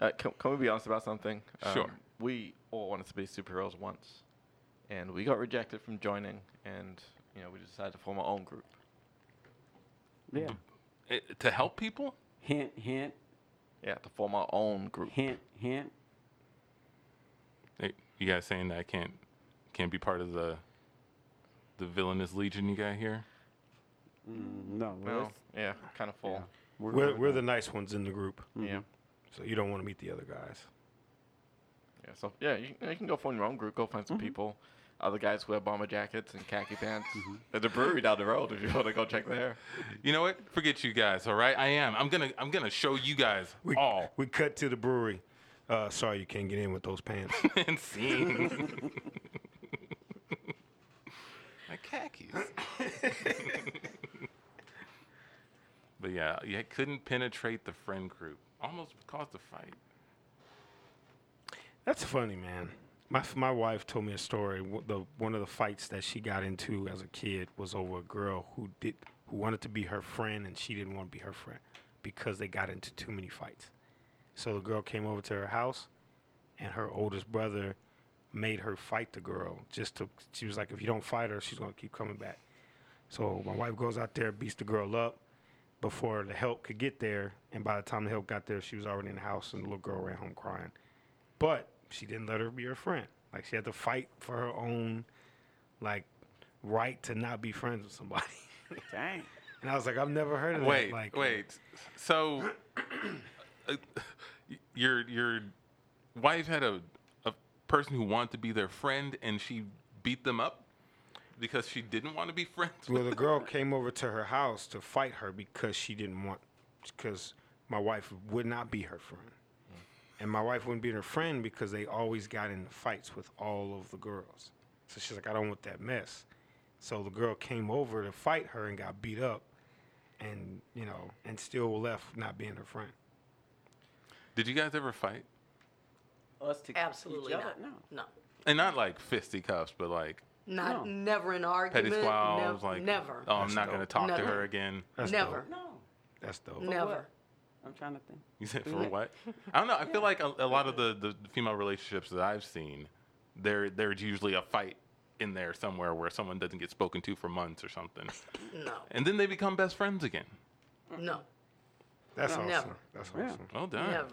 Uh, can, can we be honest about something? Um,
Sure.
We all wanted to be superheroes once, and we got rejected from joining, and you know we decided to form our own group.
Yeah.
Eh, to help people?
Hint, hint,
Yeah, to form our own group.
hint, hint.
Eh, You guys saying that I can't can't be part of the the villainous legion you got here?
Mm, No. well,
Well,
it's-
yeah, kind of full.
We're,
We're, we're the nice ones in the group,
Mm-hmm.
Yeah. Yeah.
so you don't want to meet the other guys.
so yeah, you, can- you can go form your own group. Go find some
Mm-hmm.
people. Other guys wear bomber jackets and khaki pants.
Mm-hmm.
There's a brewery down the road if you want to go
[laughs]
check there.
You know what? Forget you guys, all right? I am. I'm gonna I'm gonna show you guys
We,
all
we cut to the brewery. Uh, sorry, you can't get in with those pants.
and scenes. My khakis. but yeah, you couldn't penetrate the friend group. Almost caused a fight.
That's funny, man. My f- my wife told me a story. W- The one of the fights that she got into as a kid was over a girl who did who wanted to be her friend and she didn't want to be her friend because they got into too many fights. So the girl came over to her house, and her oldest brother made her fight the girl just to. She was like, if you don't fight her, she's gonna keep coming back. So my wife goes out there, beats the girl up before the help could get there, and by the time the help got there, she was already in the house, and the little girl ran home crying but she didn't let her be her friend. Like she had to fight for her own like right to not be friends with somebody. [laughs]
Dang.
And I was like, I've never heard of
Wait,
that. Like,
wait. So, uh, y- your your wife had a a person who wanted to be their friend, and she beat them up. because she didn't want to be friends.
Well, the girl came over to her house to fight her because she didn't want, because my wife would not be her friend. And my wife wouldn't be her friend because they always got into fights with all of the girls. So she's like, I don't want that mess. So the girl came over to fight her and got beat up and, you know, and still left not being her friend.
Did you guys ever fight?
Us to
[laughs] Absolutely
each other?
not. No. No.
And not like fisticuffs, but like
Not
No.
never an
petty
argument.
squabs,
nev-
like
never.
Oh, I'm
That's
not
dope.
gonna talk to
Never.
her again.
That's
never.
dope.
No.
That's dope.
For
Never.
what? I'm trying to think.
You said
We
for
went-
what? I don't know. I feel like a, a lot of the, the female relationships that I've seen, there there's usually a fight in there somewhere where someone doesn't get spoken to for months or something,
No.
and then they become best friends again.
No.
That's awesome.
Never.
That's
Yeah.
awesome.
Well done.
Never.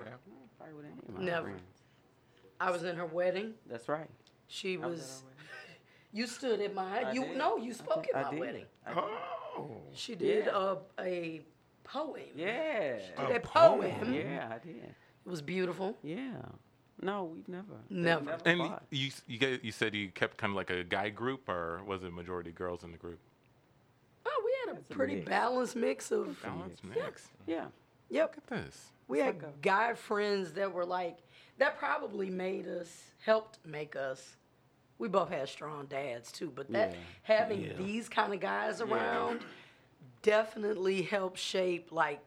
Probably with any of my
Never.
friends.
I was in her wedding.
That's right.
She
I
was.
at our
[laughs] You stood at my.
I
you
did.
no. You spoke
I
at my
did.
wedding.
Oh,
She did
Yeah.
a a poem.
wedding. Yeah.
Did a
A
poem.
poem.
Yeah, I did.
It was beautiful.
Yeah. No, we've never. we've
Never.
And
fought.
you s- you guys, you said you kept kind of like a guy group, or was it majority girls in the group?
Oh, we had a
a
pretty
mix.
balanced mix of.
Balance mix.
yeah.
Yep.
Look at this.
We had guy friends that were like, that probably made us, helped make us. We both had strong dads too, but that having these kind of guys around definitely helped shape like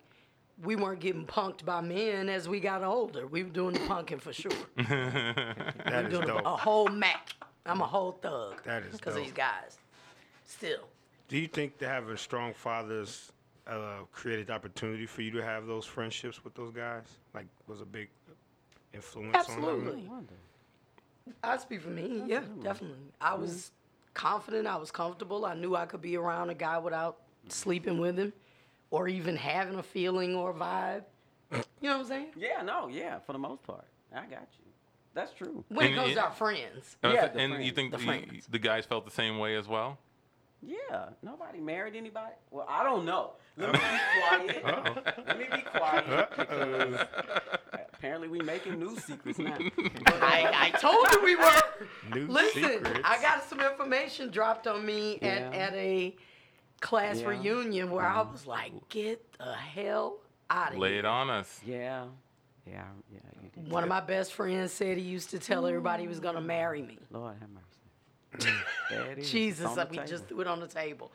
we weren't getting punked by men as we got older. We were doing the punking for sure.
that is
doing
dope.
a whole Mac. I'm a whole thug.
That is
because
dope.
these guys. Still,
Do you think that having strong fathers uh, created opportunity for you to have those friendships with those guys? Like, was a big influence on them?
absolutely. I speak for me. Yeah, definitely. I was confident. I was comfortable. I knew I could be around a guy without sleeping with him, or even having a feeling or a vibe. You know what I'm saying?
Yeah, no, yeah, for the most part. I got you. That's true.
When it
And
comes
it-
to our friends,
And I
Yeah,
th-
the
and you
friends,
think
the
the,
friends.
the guys felt the same way as well?
Yeah, nobody married anybody. Well, I don't know. Let me be quiet. Let me be quiet because apparently we making new secrets now. But,
I, I told you we were.
[laughs] New
Listen,
secrets.
I got some information dropped on me at,
Yeah.
at a class
Yeah.
reunion where I
Mm-hmm.
was like, get the hell out of
Lay
here.
it on us.
yeah, yeah, yeah. You did.
One of my best friends said he used to tell everybody he was going to marry me.
Lord have mercy. There it is. It's
Jesus,
on the
we
table.
just threw it on the table.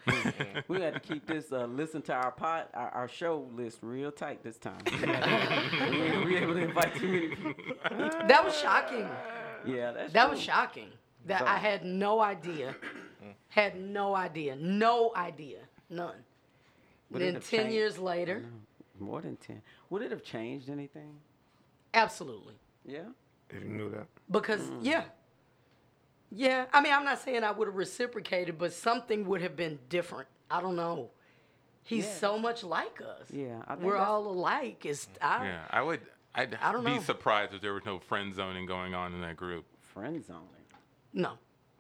we had to keep this uh, listen to our pot our, our show list real tight this time. we ain't we able to invite too many people.
that was shocking.
Yeah, that's
That
true.
was shocking. That I had no idea.
Mm.
had no idea. No idea. None.
Would it
then
have
10
changed? Mm.
years later,
More than ten. Would it have changed anything?
absolutely.
Yeah.
If you knew that.
Because,
Hmm.
yeah. Yeah. I mean, I'm not saying I would have reciprocated, but something would have been different. I don't know. He's
Yeah.
so much like us.
Yeah, I think
We're
that's-
all alike. It's, I,
Yeah, I would. I'd
I don't
be
know.
surprised if there was no friend zoning going on in that group.
Friend zoning.
No.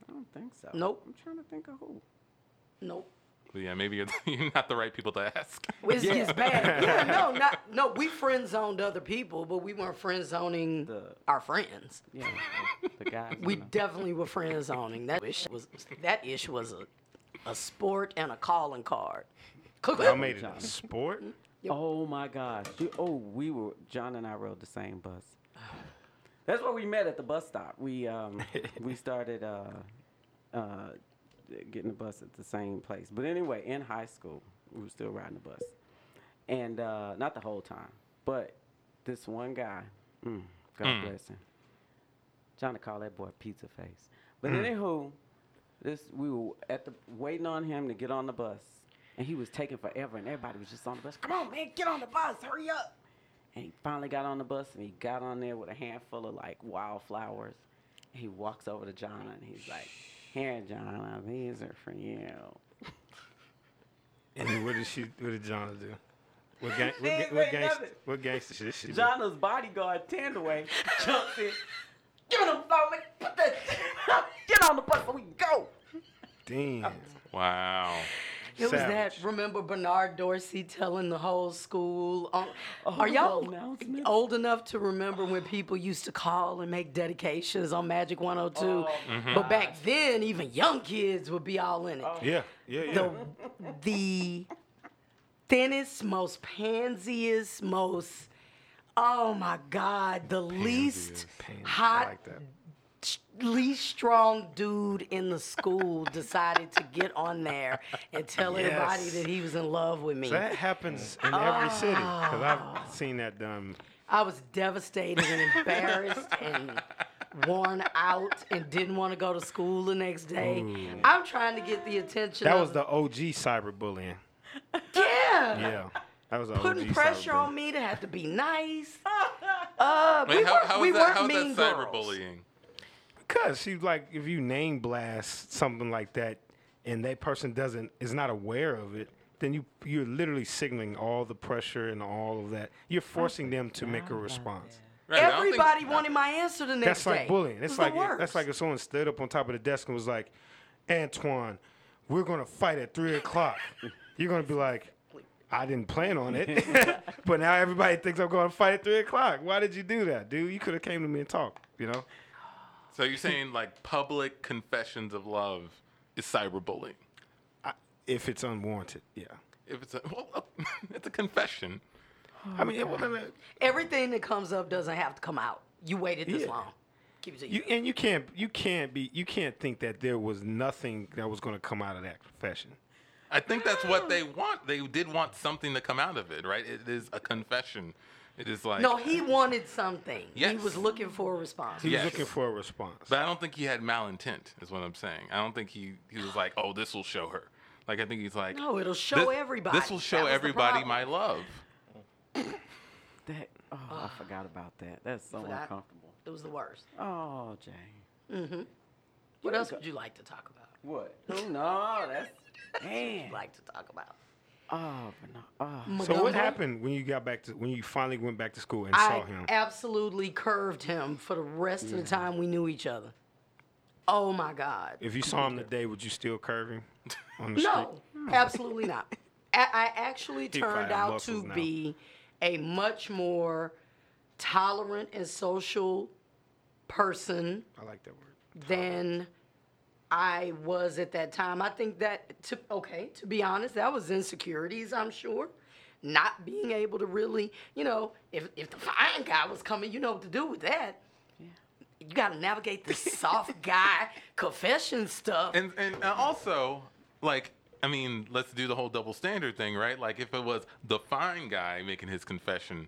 I don't think so.
Nope.
I'm trying to think of who. [laughs]
Nope.
But yeah, maybe you're, [laughs] you're not the right people to ask.
It's, it's bad. Yeah, no, not no. We friend zoned other people, but we weren't friend zoning
The-
our friends.
Yeah. [laughs] the guys.
We
on
definitely were friend zoning. That ish was that ish was a, a sport and a calling card. Cook
I made it a sport?
the- oh my gosh. You, oh, we were John and I rode the same bus. That's where we met at the bus stop. We [laughs] um we started uh uh getting the bus at the same place. But anyway, in high school, we were still riding the bus. And uh not the whole time, but this one guy, mm, God bless him. trying to call that boy pizza face. But anywho, this we were at the waiting on him to get on the bus, and he was taking forever, and everybody was just on the bus. Come on, man, get on the bus, hurry up! And he finally got on the bus, and he got on there with a handful of like wildflowers, and he walks over to John, and he's like, "Here, John, these are for you."
And what did she? What did Jonna do? What, gang, what,
She
ga-
ain't
what,
say
gangster,
nothing.
what gangster shit she do?
John's bodyguard Tandaway jumps in. Give him the [laughs] phone, man. Put that. Get on the bus, so we can go.
Damn.
Wow.
It was
Savage.
that. Remember Bernard Dorsey telling the whole school? um, are y'all old enough to remember when people used to call and make dedications on Magic 102?
Oh.
Mhm.
Mm-hmm.
But back then, even young kids would be all in it.
Oh.
Yeah, yeah, yeah.
The, the thinnest, most pansiest, most oh my god, the least hot sh- least strong dude in the school decided to get on there and tell everybody
Yes.
that he was in love with me.
So that happens in every city because
Ah.
I've seen that done.
I was devastated and embarrassed and worn out and didn't want to go to school the next day.
Ooh.
I'm trying to get the attention.
That
of
was the OG cyberbullying.
Yeah.
Yeah, that was the
Putting
OG
pressure
cyberbullying.
on me to have to
[laughs]
be nice. Uh,
Wait,
we
how,
weren't,
how
we
is that,
weren't
how is
mean
that
girls.
cyberbullying?
Because she like if you name blast something like that, and that person doesn't is not aware of it, then you you're literally signaling all the pressure and all of that. You're forcing them to make a response.
Right, I don't think-
Everybody wanted my answer the
That's
next day.
like bullying.
It
It's
was the
like
worst.
that's like if someone stood up on top of the desk and was like, Antoine, we're gonna fight at three
[laughs]
o'clock. You're gonna be like, I didn't plan on it,
[laughs]
[laughs] but now everybody thinks I'm gonna fight at three o'clock. Why did you do that, dude? You could have came to me and talked. You know?
So you're saying like public confessions of love is cyberbullying?
If it's unwarranted, yeah.
If it's a, well, uh, [laughs] it's a confession.
I mean, it wasn't. a-
Everything that comes up doesn't have to come out. You waited this
Yeah.
long. Keep it to
You,
you.
and you can't you can't be you can't think that there was nothing that was going to come out of that confession.
I think that's what they
Hmm.
want. They did want something to come out of it, right? It is a confession. It is like
no, he wanted something. He
Yes.
was looking for a response.
He
Yes.
was looking for a response.
But I don't think he had malintent, is what I'm saying. I don't think he, he was like, oh, this will show her. Like, I think he's like,
No, it'll
"This-
show everybody."
This will
That
show
was the
everybody
problem.
my love.
That oh, I forgot about that. That's so
Forgot.
uncomfortable.
It was the worst.
Oh, Jane.
hmm What else would you like to talk about?
What? Oh, no, that's man.
Like to talk about?
Oh, no. Oh.
so what
Montgomery?
happened when you got back to when you finally went back to school and
I
saw him?
absolutely curved him for the rest of the time we knew each other. Oh my God.
If you saw him today, would you still curve him on the street?
[laughs]
Hmm.
No, absolutely not. A- I actually
He
turned
fired
out to
muscles now.
be a much more tolerant and social person
I like that word.
than I was at that time. I think that to okay, to be honest, that was insecurities, I'm sure. Not being able to really, you know, if if the fine guy was coming, you know what to do with that. You got to navigate the soft guy [laughs] confession stuff.
And, and and also, like, I mean, let's do the whole double standard thing, right? Like, if it was the fine guy making his confession,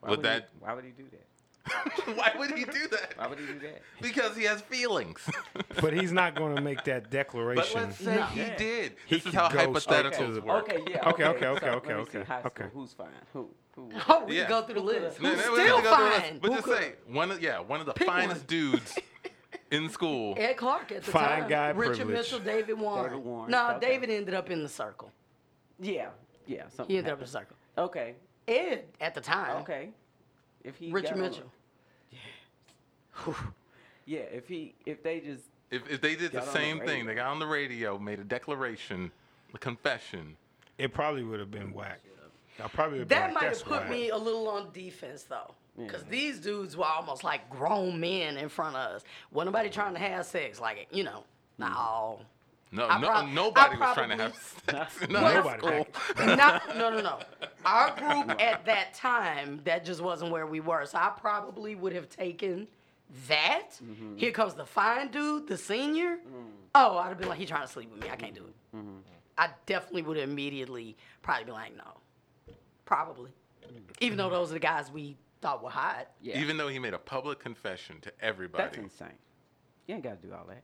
Why
would
he- [laughs]
that. [laughs]
why would he do that?
why would he do that?
Why would he
[laughs]
do that?
Because he has feelings.
But he's not going to make
[laughs]
that
but
declaration.
let's say
No.
he
Yeah.
did.
He
this is
could
how
go straight to
hypotheticals
the-
work.
Okay, yeah.
Okay, okay, okay,
so let
okay,
me see
okay,
high
okay.
School, who's fine? Who? Who?
[laughs] Oh, we
Yeah.
can go through the list.
No,
Who's
no, we
still
don't have to go through this,
fine?
But just say one of yeah, one of the finest dudes in school.
Ed Clark at the
Fine
time.
guy
Richard
privilege.
Mitchell, David Warren.
David Warren,
No,
okay.
David ended up in the circle.
Yeah, yeah. Something
He ended up in the
happened.
circle.
Okay,
Ed at the time.
okay. If he
Richard
got on-
Mitchell.
yeah, if he if they just
If, if they did
Got
the
on the
same thing, they
radio.
got on the radio, made a declaration, a confession.
it probably would have been whack. I probably would
That
been like,
might
"That's
have put
whack."
me a little on defense though. Because these dudes were almost like grown men in front of us. Wasn't nobody trying to have sex, like you know.
Mm.
No.
No,
I
no,
prob-
nobody
I
was trying to have sex.
[laughs]
in high
Nobody
school.
Not, no, no, no. Our group at that time, that just wasn't where we were. So I probably would have taken that. Here comes the fine dude, the senior. Oh, I'd have been like, he trying to sleep with me. I can't do it. I definitely would have immediately probably been like, no. Probably. Even though those are the guys we thought were hot.
yeah,
Even though he made a public confession to
that's
everybody.
insane. You ain't got to do all that.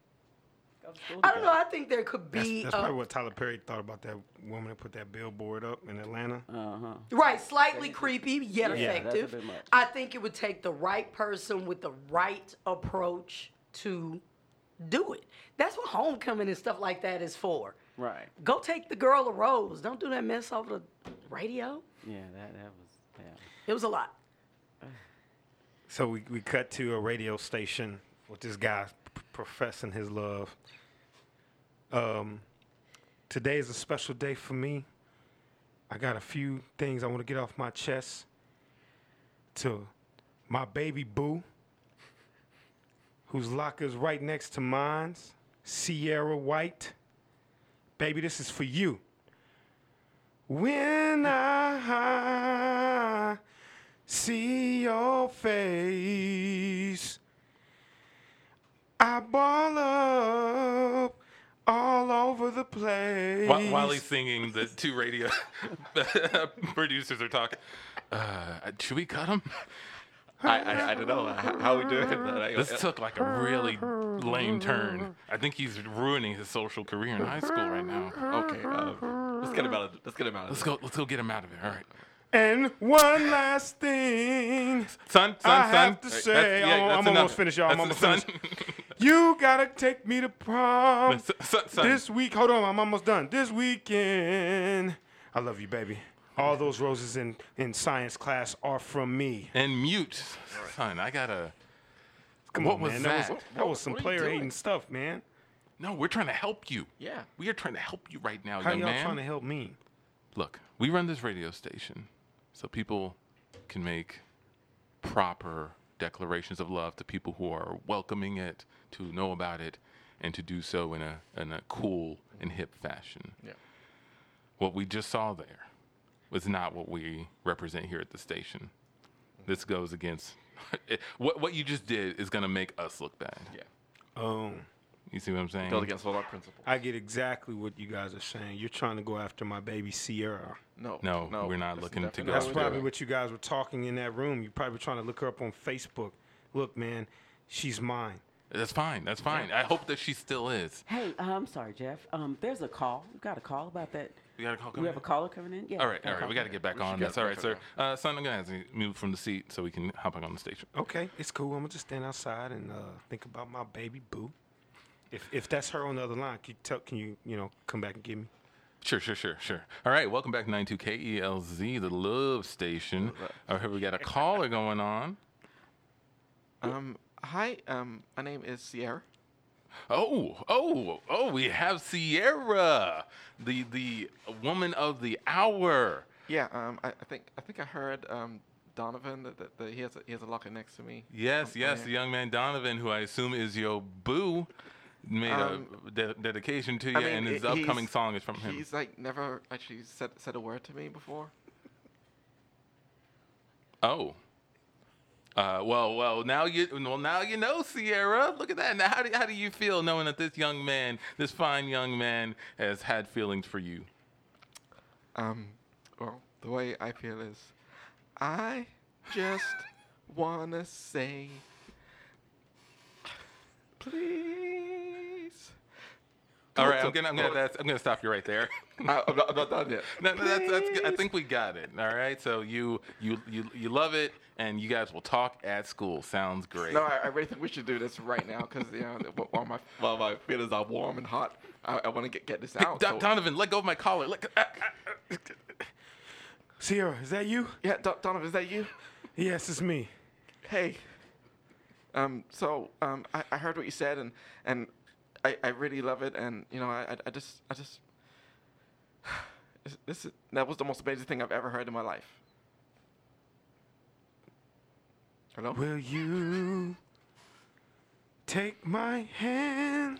Go to school
I don't know.
together.
I think there could
That's,
be. uh,
that's
a-
probably what Tyler Perry thought about that woman that put that billboard up in Atlanta.
Uh-huh.
Right, slightly creepy yet
Yeah, that's a
effective.
bit much.
I think it would take the right person with the right approach to do it. That's what homecoming and stuff like that is for.
Right.
Go take the girl a rose. Don't do that mess over the radio.
Yeah, that that was yeah.
It was a lot.
So we, we cut to a radio station with this guy p- professing his love. Um, Today is a special day for me. I got a few things I want to get off my chest to my baby boo, whose locker's right next to mine's, Sierra White. Baby, this is for you. When I see your face, I ball up all over the place.
While, while he's singing, the two radio [laughs] producers are talking. Uh, should we cut him?
I, I, I don't know how, how we do it. but I-
This took like a really lame turn. I think he's ruining his social career in high school right now.
Okay, uh, let's get him out of let's get him out of
Let's
there.
go. Let's go get him out of there. All right.
And one last thing.
Son, son,
I
son.
have to
Hey,
say,
that's- yeah,
I'm,
that's
I'm
enough.
almost finished, y'all. I'm
That's-
almost finished. You gotta take me to prom
Son, [laughs] son, son.
this week. Hold on, I'm almost done. This weekend. I love you, baby. All those roses in, in science class are from me.
and mute. Son, I gotta.
Come
What
on,
was
man.
that?
That was,
What-
that was some
what are you
player hating
doing?
stuff, man.
No, we're trying to help you.
Yeah.
We are trying to help you right now,
How
young
y'all
man.
trying to help me?
Look, we run this radio station so people can make proper declarations of love to people who are welcoming it, to know about it, and to do so in a in a cool and hip fashion.
Yeah.
What we just saw there was not what we represent here at the station. This goes against [laughs] what what you just did is going to make us look bad.
Yeah.
Oh,
You see what I'm saying?
Build against all our principles.
I get exactly what you guys are saying. You're trying to go after my baby Sierra.
No.
No, we're not looking to
definitely
go
not
That's
would
what
probably
we're
what you guys were talking in that room. You probably trying to look her up on Facebook. Look, man, she's mine.
That's fine. That's fine. I hope that she still is.
Hey, uh, I'm sorry, Jeff. Um, there's a call. We got a call about that.
We got a call
we
coming
have
in?
a caller coming in. Yeah.
All right, all
a
right. We
call
got to get back
We should
on
get
this.
back
All right,
on
sir. Uh, son, I'm gonna have you move from the seat so we can hop back on the station.
Okay, it's cool. I'm gonna just stand outside and uh, think about my baby boo. If if that's her on the other line, can you tell? Can you you know come back and get me?
Sure, sure, sure, sure. All right, welcome back, 92 KELZ, E the Love Station. All right, we got a caller going on.
doing. Um. Hi. Um. My name is Sierra.
Oh, oh, oh! We have Sierra, the the woman of the hour.
Yeah. Um. I, I think I think I heard um Donovan that, that, that he has a, he has a locker next to me.
Yes,
Um,
yes,
yeah.
the young man Donovan, who I assume is your boo, made a
Um,
de- dedication to you,
I mean,
and his
i-
upcoming
he's-
song is from him.
He's like never actually said said a word to me before.
Oh. Uh, well, well, now you, well, now you know, Sierra. Look at that. Now, how do, how do you feel knowing that this young man, this fine young man, has had feelings for you?
Um, well, the way I feel is, I
[laughs]
just wanna say, please.
All
Go
right,
to-
I'm gonna, I'm gonna,
go-
that's, I'm gonna stop you right there.
[laughs]
[laughs]
I, I'm, not, I'm not done yet.
No, no, that's, that's good. I
Please.
think we got it. All right, so you, you, you, you love it, and you guys will talk at school. Sounds great.
No, I, I really think we should do this right now because you know, wh- while my while my feelings are warm and hot, I, I want to get get this out.
Don-
so-
Donovan, let go of my collar. Let, ah, ah, ah.
Sierra, is that you?
yeah, Don- Donovan, is that you?
Yes, it's me.
Hey. Um, so um, I, I heard what you said, and and I, I really love it, and you know I, I- I just I just [sighs] this- this is, that was the most amazing thing I've ever heard in my life. Hello.
Will you take my hand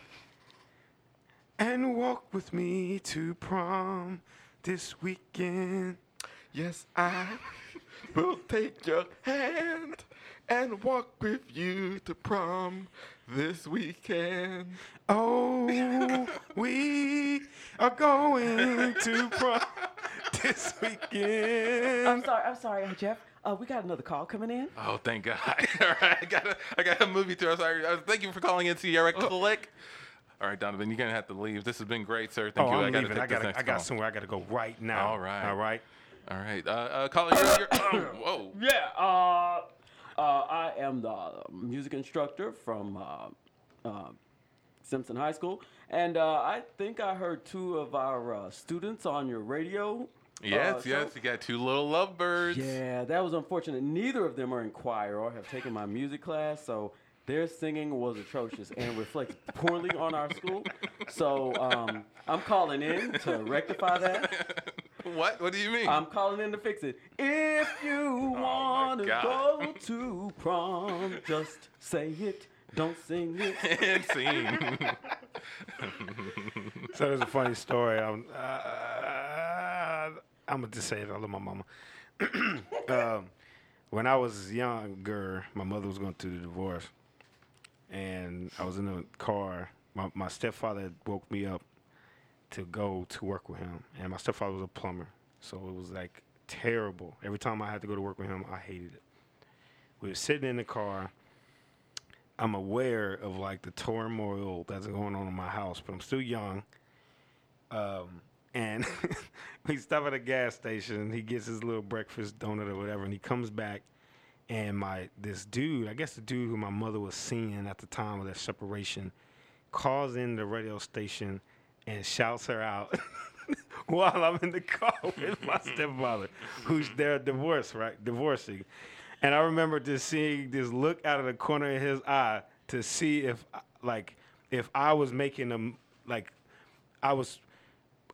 and walk with me to prom this weekend?
Yes, I [laughs] will take your hand and walk with you to prom this [laughs] weekend.
Oh, we are going to prom this weekend.
I'm sorry. I'm sorry, uh, Jeff. Uh, we got another call coming in.
Oh, thank God. [laughs] All right, I got a, I got a movie tour. Sorry. Uh, Thank you for calling in, Sierra.
Oh.
Click. All right, Donovan, you're gonna have to leave. This has been great, sir. Thank
oh,
you.
I'm
gotta
leaving.
take
I
this
got
next
I got
call.
somewhere I gotta go right now.
All right.
All right.
All right, uh, uh, caller, you're, you're,
[coughs]
oh, whoa.
Yeah. Uh, uh, I am the music instructor from uh, uh, Simpson High School, and uh, I think I heard two of our uh, students on your radio.
Yes,
uh, show.
yes, you got two little lovebirds.
Yeah, that was unfortunate. Neither of them are in choir or have taken my music class, so Their singing was atrocious and reflects poorly on our school. So um, I'm calling in to rectify that.
What? What do you mean?
Um,
[laughs]
I'm calling in to fix it. If you want to
God.
go to prom, just say it. Don't sing it.
And scene.
so there's a funny story. I'm, uh, I'm gonna just say it. I love my mama. [clears throat] um, when I was younger, my mother was going through the divorce, and I was in the car. My, my stepfather woke me up to go to work with him, and my stepfather was a plumber, so it was like terrible. Every time I had to go to work with him, I hated it. We were sitting in the car. I'm aware of like the turmoil that's going on in my house, but I'm still young. Um, and [laughs] we stop at a gas station. He gets his little breakfast donut or whatever, and he comes back. And my this dude, I guess the dude who my mother was seeing at the time of their separation, calls in the radio station and shouts her out [laughs] while I'm in the car [laughs] with my stepfather, who's they're divorced, right? Divorcing. And I remember just seeing this look out of the corner of his eye to see if, like, if I was making him, like, I was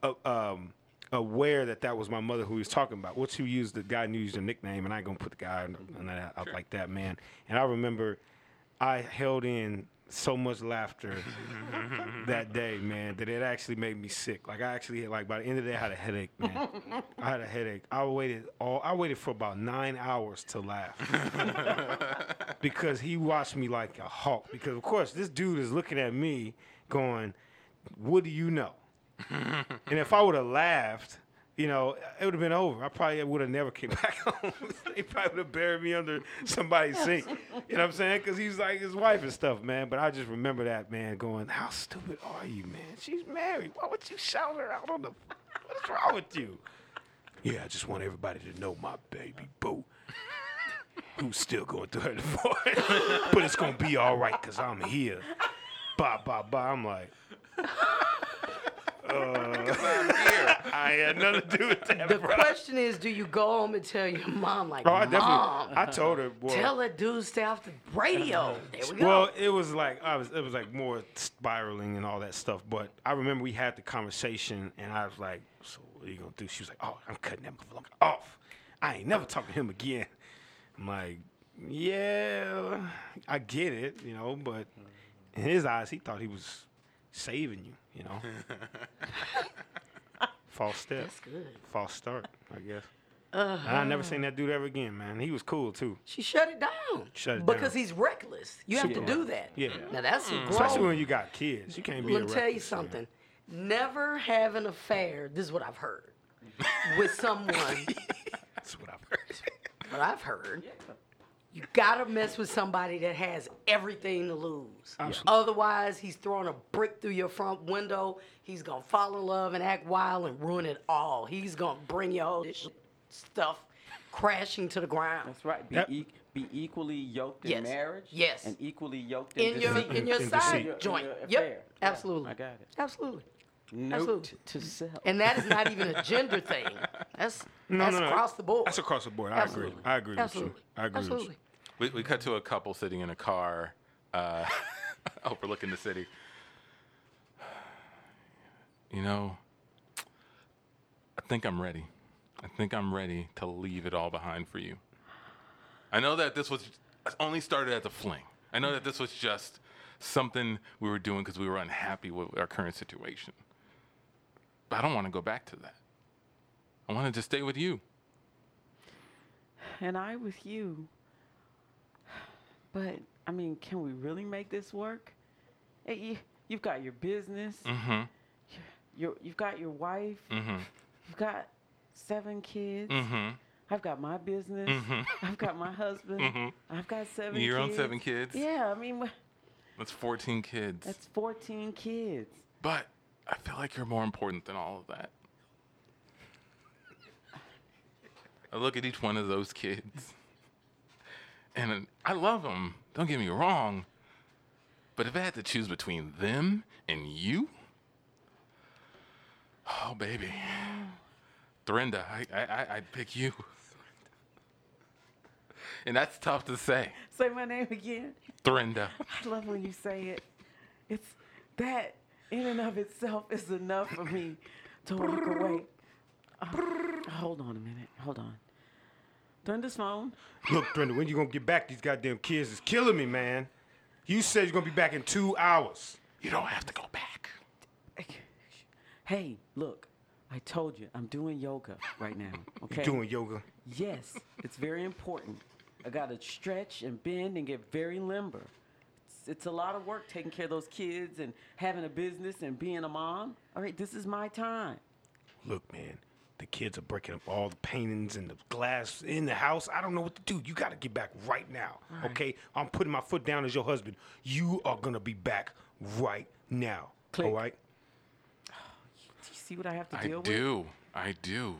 uh, um, aware that that was my mother who he was talking about. What's who used the guy who used the nickname, and I ain't gonna put the guy and that out like that, man. And I remember I held in so much laughter that day, man, that it actually made me sick. Like I actually like by the end of the day I had a headache, man. I had a headache. I waited all I waited for about nine hours to laugh. because he watched me like a hawk. Because of course this dude is looking at me going, What do you know? and if I would have laughed, you know, it would have been over. I probably would have never came [laughs] back home. they probably would have buried me under somebody's sink. You know what I'm saying? Because he's like his wife and stuff, man. But I just remember that man going, "How stupid are you, man? She's married. Why would you shout her out on the? What's wrong with you?" Yeah, I just want everybody to know my baby boo. Who's still going through her divorce? [laughs] but it's gonna be all right because I'm here. Bah bah bah. I'm like, I had nothing to do with that.
The
bro.
question is, do you go home and tell your mom like,
Oh, I definitely.
mom, [laughs]
I told her. Well,
tell the dudes to have the radio. There we go.
well, it was like I was. It was like more spiraling and all that stuff. But I remember we had the conversation, and I was like, "So what are you gonna do?" She was like, "Oh, I'm cutting that motherfucker off. I ain't never talking to him again." I'm like, "Yeah, I get it, you know." But in his eyes, he thought he was saving you, you
[laughs]
know. False step.
That's good.
False start, I guess.
Uh-huh.
And I never seen that dude ever again, man. He was cool too.
She shut it down.
Shut it
because
down.
he's reckless. You have to
Super
do
reckless.
that.
Yeah.
Now that's some grown.
Especially when you got kids. You can't be
Let
a
me tell you
reckless, man.
something. Never have an affair. This is what I've heard with someone.
That's what I've heard. [laughs]
what I've heard. You gotta mess with somebody that has everything to lose. Otherwise, he's throwing a brick through your front window. He's gonna fall in love and act wild and ruin it all. He's gonna bring your whole sh- stuff crashing to the ground.
[laughs] That's right. Be,
Yep.
e- be equally yoked in
Yes.
marriage.
Yes.
And equally yoked in,
In your
deceit.
in your
In
side
deceit.
your- in
joint.
your
yep.
affair. Yeah,
Absolutely.
I got it.
Absolutely.
Note
Absolutely.
to self.
And that is not even a gender thing. That's that's across the board.
That's across the board. I
Absolutely.
agree. I agree
Absolutely.
with you. I agree
Absolutely.
with
We, we cut to a couple sitting in a car uh, [laughs] overlooking the city. You know, I think I'm ready. I think I'm ready to leave it all behind for you. I know that this was only started as a fling. I know that this was just something we were doing because we were unhappy with our current situation. But I don't want to go back to that. I want to just stay with you.
and I with you. But I mean, can we really make this work? Eh, you, you've got your business.
Mm-hmm.
Your, you've got your wife.
Mm-hmm.
You've got seven kids.
Mm-hmm.
I've got my business.
Mhm.
[laughs] I've got my husband.
Mhm.
I've got seven.
Your own
kids.
seven kids.
Yeah, I mean, wha-
That's 14 kids.
that's fourteen kids.
but I feel like you're more important than all of that. I look at each one of those kids, and I love them. Don't get me wrong. But if I had to choose between them and you, oh baby, Dorinda, I, I, I- I'd pick you. and that's tough to say.
Say my name again.
Thrinda.
I love when you say it. It's that in and of itself is enough for me to walk away. Uh, hold on a minute. Hold on. Thunder's phone.
Look, Brenda, when you gonna get back? These goddamn kids is killing me, man. You said you're gonna be back in two hours.
You don't have to go back.
Hey, look. I told you I'm doing yoga right
[laughs]
now. Okay.
Doing yoga.
Yes, it's very important. I gotta stretch and bend and get very limber. It's, it's a lot of work taking care of those kids and having a business and being a mom. All right, this is my time.
Look, man, the kids are breaking up all the paintings and the glass in the house. I don't know what to do. You gotta get back right now. Okay? I'm putting my foot down as your husband. You are gonna be back right now. All right?
Do you see what I have to
I
deal with?
do. I do.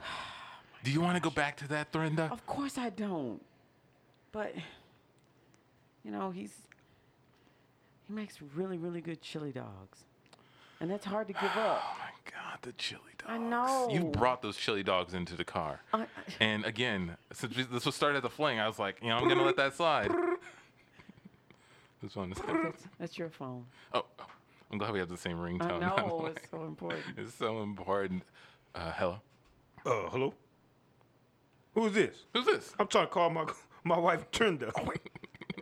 Do you want to go back to that, Thrinda?
Of course I don't. But you know, he's he makes really, really good chili dogs. And that's hard to give up.
[sighs] Oh my God, the chili dogs.
I
You
know.
brought those chili dogs into the car. and again, since we- this was started as a fling, I was like, you know, I'm going to let that
[laughs]
slide. this one is.
That's, that's your phone.
Oh, oh, I'm glad we have the same ringtone. [laughs]
I [laughs]
by the
know
way.
it's so important.
It's so important. Uh, hello.
Uh, hello? Who's this?
Who's this?
Oh.
I'm trying to call my [laughs] my wife Trinda.
Oh,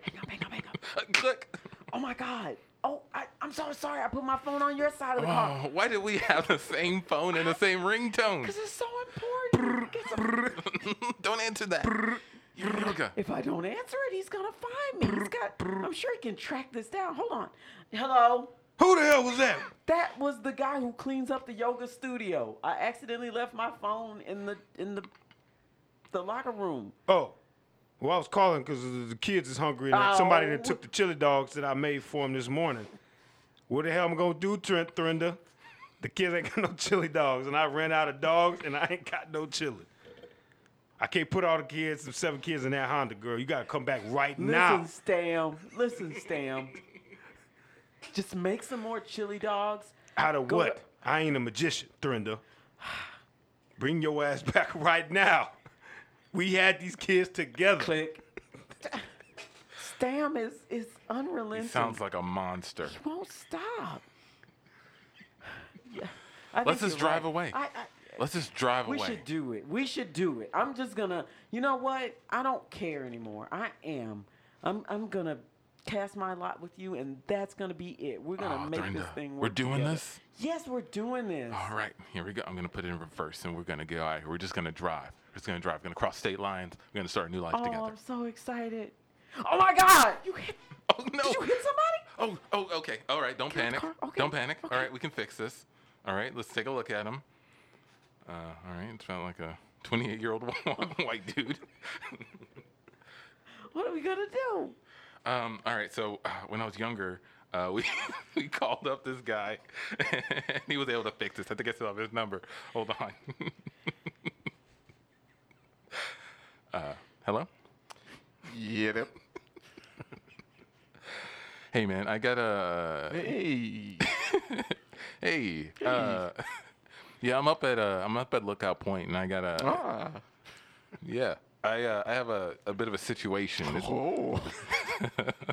Hang on, hang on.
Uh, click.
Oh my God. Oh, I, I'm so sorry. I put my phone on your side of the car.
Oh, why did we have the same phone and the same ringtone?
This is so important. It's
[laughs]
a-
Don't answer that. Yoga.
if I don't answer it, he's gonna find me. He's got. I'm sure he can track this down. Hold on. Hello.
Who the hell was that?
That was the guy who cleans up the yoga studio. I accidentally left my phone in the in the the locker room.
Oh. Well, I was calling because the kids is hungry and somebody that
Oh.
took the chili dogs that I made for them this morning. What the hell am I going to do, Trent Thrinda? The kids ain't got no chili dogs, and I ran out of dogs, and I ain't got no chili. I can't put all the kids, the seven kids in that Honda, girl. You got to come back right
Listen,
now.
Stam. Listen, Stam. Just make some more chili dogs.
Out of
Go
what?
to-
I ain't a magician, Thrinda. [sighs] Bring your ass back [laughs] right now. We had these kids together.
Click. Stam is is unrelenting.
He sounds like a monster.
He won't stop. Yeah, I
Let's
think
just
you're
drive
right.
away.
I, I,
Let's just drive
we
away.
should do it. We should do it. I'm just gonna. You know what? I don't care anymore. I am. I'm. I'm gonna cast my lot with you, and that's gonna be it. We're gonna
Oh,
make this
Dorinda,
thing work.
we're doing
together.
this?
Yes, we're doing this.
All right, here we go. I'm gonna put it in reverse, and we're gonna go. All right, we're just gonna drive. We're just gonna drive. We're gonna cross state lines. We're gonna start a new life
oh,
together.
I'm so excited. Oh my God! You hit.
[laughs] Oh no!
Did you hit somebody?
[laughs] Oh, oh, okay. All right, don't
Get in the
panic.
car. Okay,
Don't panic.
okay.
All right, we can fix this. All right, let's take a look at him. Uh, all right, it's about like a 28-year-old [laughs] white dude. [laughs]
What are we gonna do?
Um, all right, so uh, when I was younger, uh, we [laughs] we called up this guy, [laughs] and he was able to fix this. I think I still have his number. Hold on. [laughs] uh, hello.
Yeah. That,
Hey man, I got a
hey.
hey. Uh, [laughs] yeah, I'm up at uh, I'm up at Lookout Point, and I got a
ah.
yeah. I uh, I have a, a bit of a situation. It's-
Oh.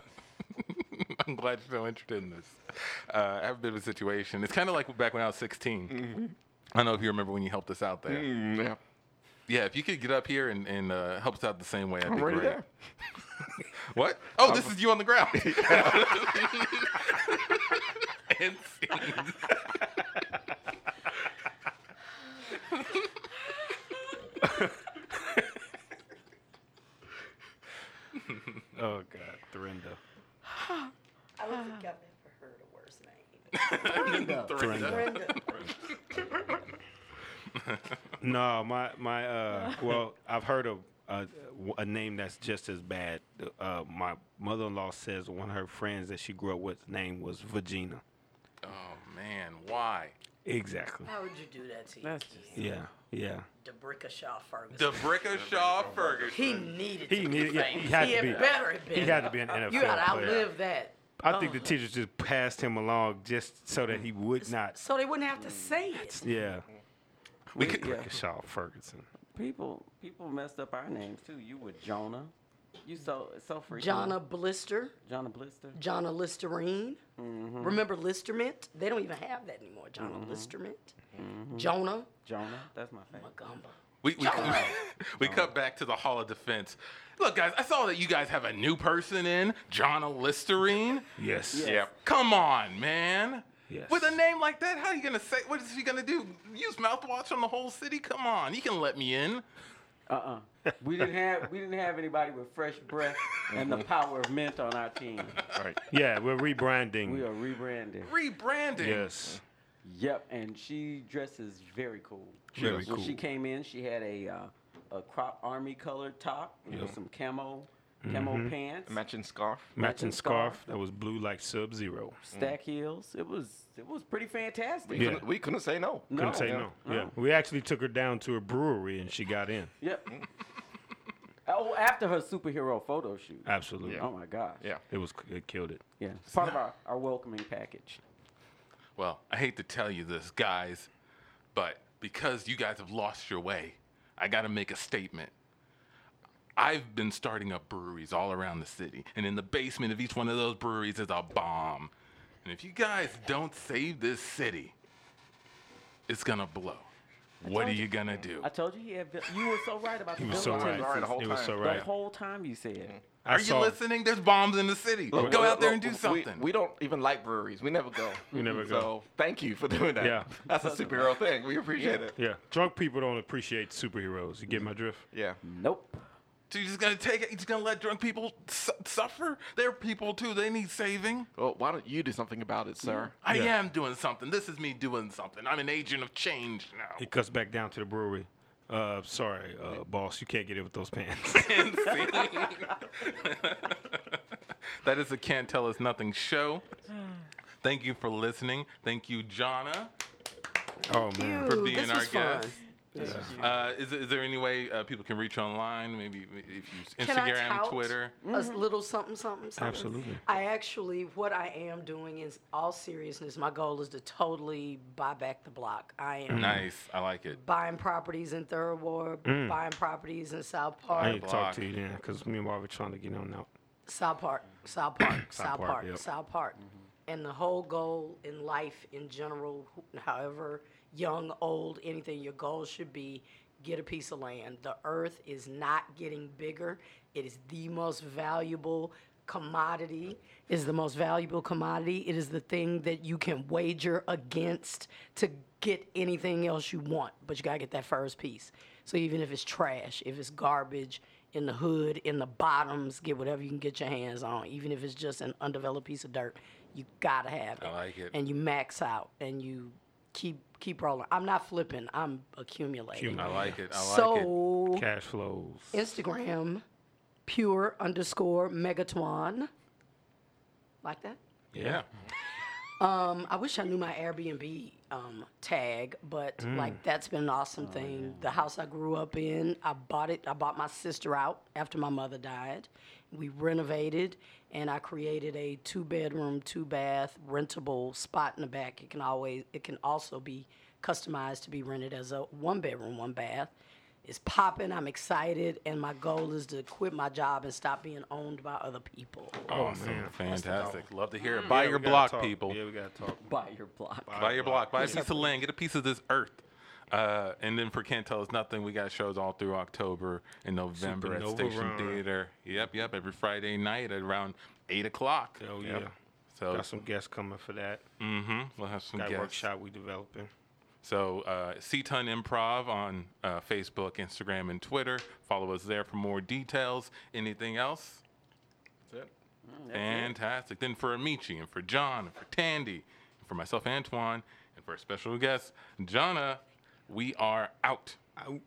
[laughs] I'm glad you're so interested in this. Uh, I have a bit of a situation. It's kind of like back when I was 16. I don't know if you remember when you helped us out there.
Mm-hmm. Mm, yeah.
Yeah, if you could get up here and, and uh, help us out the same way, that'd
I'm
be
already
great.
there.
What? Oh, this is you on the
[laughs]
ground. [laughs] and scene.
Oh, God, Thrinda.
I don't think I've ever heard a worse name.
No, my my uh, well, I've heard of a, a name that's just as bad. Uh, my mother-in-law says one of her friends that she grew up with name was Vagina.
Oh man, why?
Exactly.
How would you do that to you?
That's just.
Yeah, yeah.
Dabrika Shaw Ferguson.
Dabrika Shaw
he
Ferguson.
needed
He
to
needed-
be
yeah,
famous.
he had to
had
be.
better have been.
He had to be an NFL
You had to
player.
outlive uh, that.
I think the teachers just passed him along just so that he would not.
So they wouldn't have to say it.
Yeah.
We could,
Shaw Ferguson.
People people messed up our names too. You were Jonah. You so so freaking.
Jonna Blister.
Jonna Blister.
Jonna Listerine.
Mm-hmm.
Mhm.
Remember Listermint? They don't even have that anymore. Jonna
Mhm.
Listermint.
Mm-hmm.
Mhm.
Jonah.
Jonah. That's my favorite.
We, we, [laughs] we cut back to the Hall of Defense. Look, guys, I saw that you guys have a new person in, John Listerine.
Yes. Yes.
Yep. Come on, man.
Yes.
With a name like that, how are you gonna say? What is he gonna do? Use mouthwash on the whole city? Come on, he can let me in.
Uh uh We didn't have we didn't have anybody with fresh breath and
Mm-hmm.
the power of mint on our team.
Right. Yeah, we're rebranding.
We are rebranding.
Rebranding.
Yes.
Yep, and she dresses very cool.
Very
when she
cool.
came in, she had a uh, a crop army colored top, you know,
Yeah.
some camo camo
Mhm.
pants,
Matching scarf.
Matching scarf that was blue like Sub Zero.
stack heels. It was it was pretty fantastic.
Yeah. couldn't-
we couldn't say no.
Couldn't
Oh,
say
yeah,
no. Yeah. We actually took her down to a brewery and she got in.
[laughs]
Yep. oh, after her superhero photo shoot.
Uh,
Absolutely.
Oh my gosh.
Yeah.
It was it killed it.
Yeah. It's part of our, our welcoming package.
Well, I hate to tell you this, guys, but because you guys have lost your way, I got to make a statement. I've been starting up breweries all around the city, and in the basement of each one of those breweries is a bomb. And if you guys don't save this city, it's going to blow. What are you going to do?
I told you he had. vi- You were so right about
He
the
was so
villain
right.
tendencies.
He was right the He was whole so time. right.
The whole time you said.
Are you listening? There's bombs in the city.
Look,
Go
look,
out there and do
look, we-
something.
We, don't even like breweries. We never go.
We never go.
So thank you for doing that.
Yeah.
That's a superhero thing. We appreciate it.
Yeah. Drunk people don't appreciate superheroes. You get my drift?
Yeah.
Mm-hmm.
Nope.
So you're just gonna take it? You're just gonna let drunk people su- suffer? They're people too. They need saving.
Well, why don't you do something about it, sir?
I am doing something. This is me doing something. I'm an agent of change now. [laughs]
He cuts back down to the brewery. Uh, sorry, uh, boss, you can't get in with those pants. [laughs]
[laughs] that is the Can't Tell Us Nothing show. Thank you for listening. Thank you, Jonna,
oh man.
for
Ooh,
being
this
our
was fun.
guest. Uh, is, is there any way uh, people can reach online? Maybe if you
Can I
Instagram,
tout
Twitter.
A s- little something, something, something.
Absolutely.
I actually, what I am doing is, all seriousness, my goal is to totally buy back the block. I am
Nice. I like it.
buying properties in Third Ward,
Mm.
buying properties in South
I
Park,
need to talk to you then, because me and Rob were trying to get on out.
South Park, South Park,
South
South
Park,
Park,
yep.
South Park. And the whole goal in life in general, wh- however young, old, anything, your goal should be get a piece of land. The earth is not getting bigger. It is the most valuable commodity is the most valuable commodity. It is the thing that you can wager against to get anything else you want, but you got to get that first piece. So even if it's trash, if it's garbage, in the hood, in the bottoms, get whatever you can get your hands on, even if it's just an undeveloped piece of dirt. You gotta have it.
I like it.
And you max out and you keep keep rolling. I'm not flipping. I'm accumulating.
I like it. I like
so
Cash flows.
Instagram, pure underscore megatron. Like that?
it.
Yeah.
Um, I wish I knew my Airbnb um, tag, but
Mm.
like that's been an awesome thing. The house I grew up in, I bought it. I bought my sister out after my mother died. We renovated, and I created a two-bedroom, two-bath, rentable spot in the back. It can always, it can also be customized to be rented as a one-bedroom, one-bath. It's popping. I'm excited, and my goal is to quit my job and stop being owned by other people.
Awesome.
Oh, man.
Fantastic. Love to
Mm.
hear it. Buy your
we gotta
block,
talk.
people.
Yeah, we gotta talk.
Buy your block.
Buy your block. Buy a piece of land. Get a piece of this earth. Uh, and then for Can't Tell Us Nothing, we got shows all through October and November at
Supernova
Station
Run.
Theater. Yep, yep. Every Friday night at around 8 o'clock.
Oh yeah.
Yep. So,
Got some guests coming for that.
hmm we'll have some
Got a
guests.
workshop we developing.
So, uh, C-Ton Improv on uh, Facebook, Instagram, and Twitter. Follow us there for more details. Anything else?
Mm, That's it.
Fantastic. Then for Amici and for John and for Tandy and for myself, Antoine, and for our special guest, Jonna, we are out.
Out.